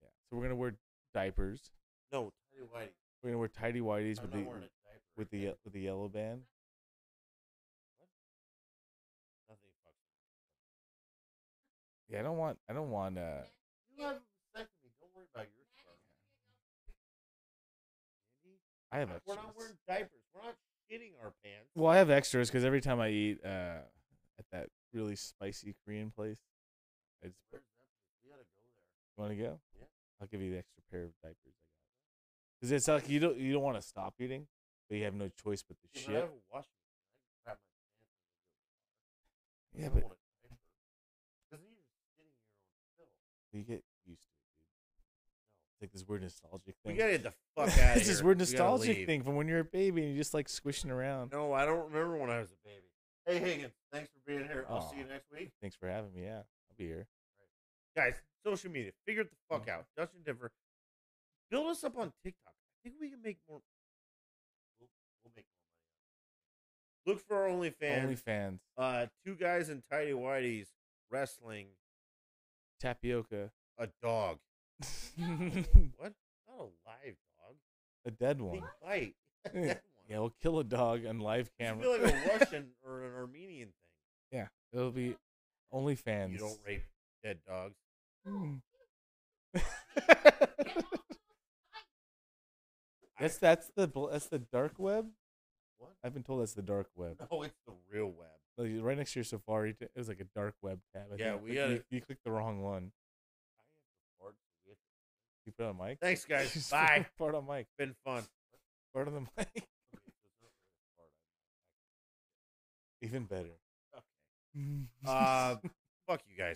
Yeah. So we're gonna wear diapers.
No, tidy whities.
We're gonna wear tidy whities
I'm not
with the
wearing a diaper.
with the uh, ye- with the yellow band.
nothing. Fucking.
Yeah, I don't want I don't want uh
You have a vasectomy. Don't worry about your sperm. Andy,
I have
I-
extras.
We're not wearing diapers. We're not shitting our pants.
Well, I have extras because every time I eat uh, at that really spicy Korean place, I just
Where's that? We gotta go there.
want to go.
Yeah.
I'll give you the extra pair of diapers I got. Because it's like you don't you don't want to stop eating, but you have no choice but to
Yeah, but I
shit.
haven't washed my pants. I
Yeah,
can grab my
but
pants. and go. I don't want a diaper. 'Cause then you're just shitting your own pill.
you get used to it, dude. It's like this weird nostalgic
We
thing.
gotta get the fuck out of here.
it's this weird
We gotta
nostalgic
leave.
thing from when you're a baby and you're just like squishing around.
No, I don't remember when I was a baby. Hey Higgins, thanks for being here. I'll see you
Aw.
next week.
Thanks for having me. Yeah, I'll be here.
Guys, social media, figure it the
Mm.
fuck out. Justin Denver, build us up on TikTok. I think we can make more. We'll, we'll make more money. Look for our OnlyFans.
Only fans.
uh, two guys in tidy whities wrestling
Tapioca.
a dog.
a
What? Not a live dog.
dead
Big
one.
bite.
Yeah,
That one.
we'll kill a dog on live
It
camera.
should be like a Russian or an Armenian thing.
It'll be OnlyFans.
You don't rape dead dogs.
Mm. Hmm.
I-
that's that's the bl- that's the dark web.
What?
I've been told that's the dark web.
No, Oh, it's the real web.
Like, right next to your Safari, t- it was like a dark web tab. I
Yeah,
think,
we
but
gotta-
you, you clicked the wrong one. You put it on mic.
Thanks, guys.
Just
Bye. It's
Fart on mic.
been fun.
Fart on the mic. Even better.
Uh, fuck you guys.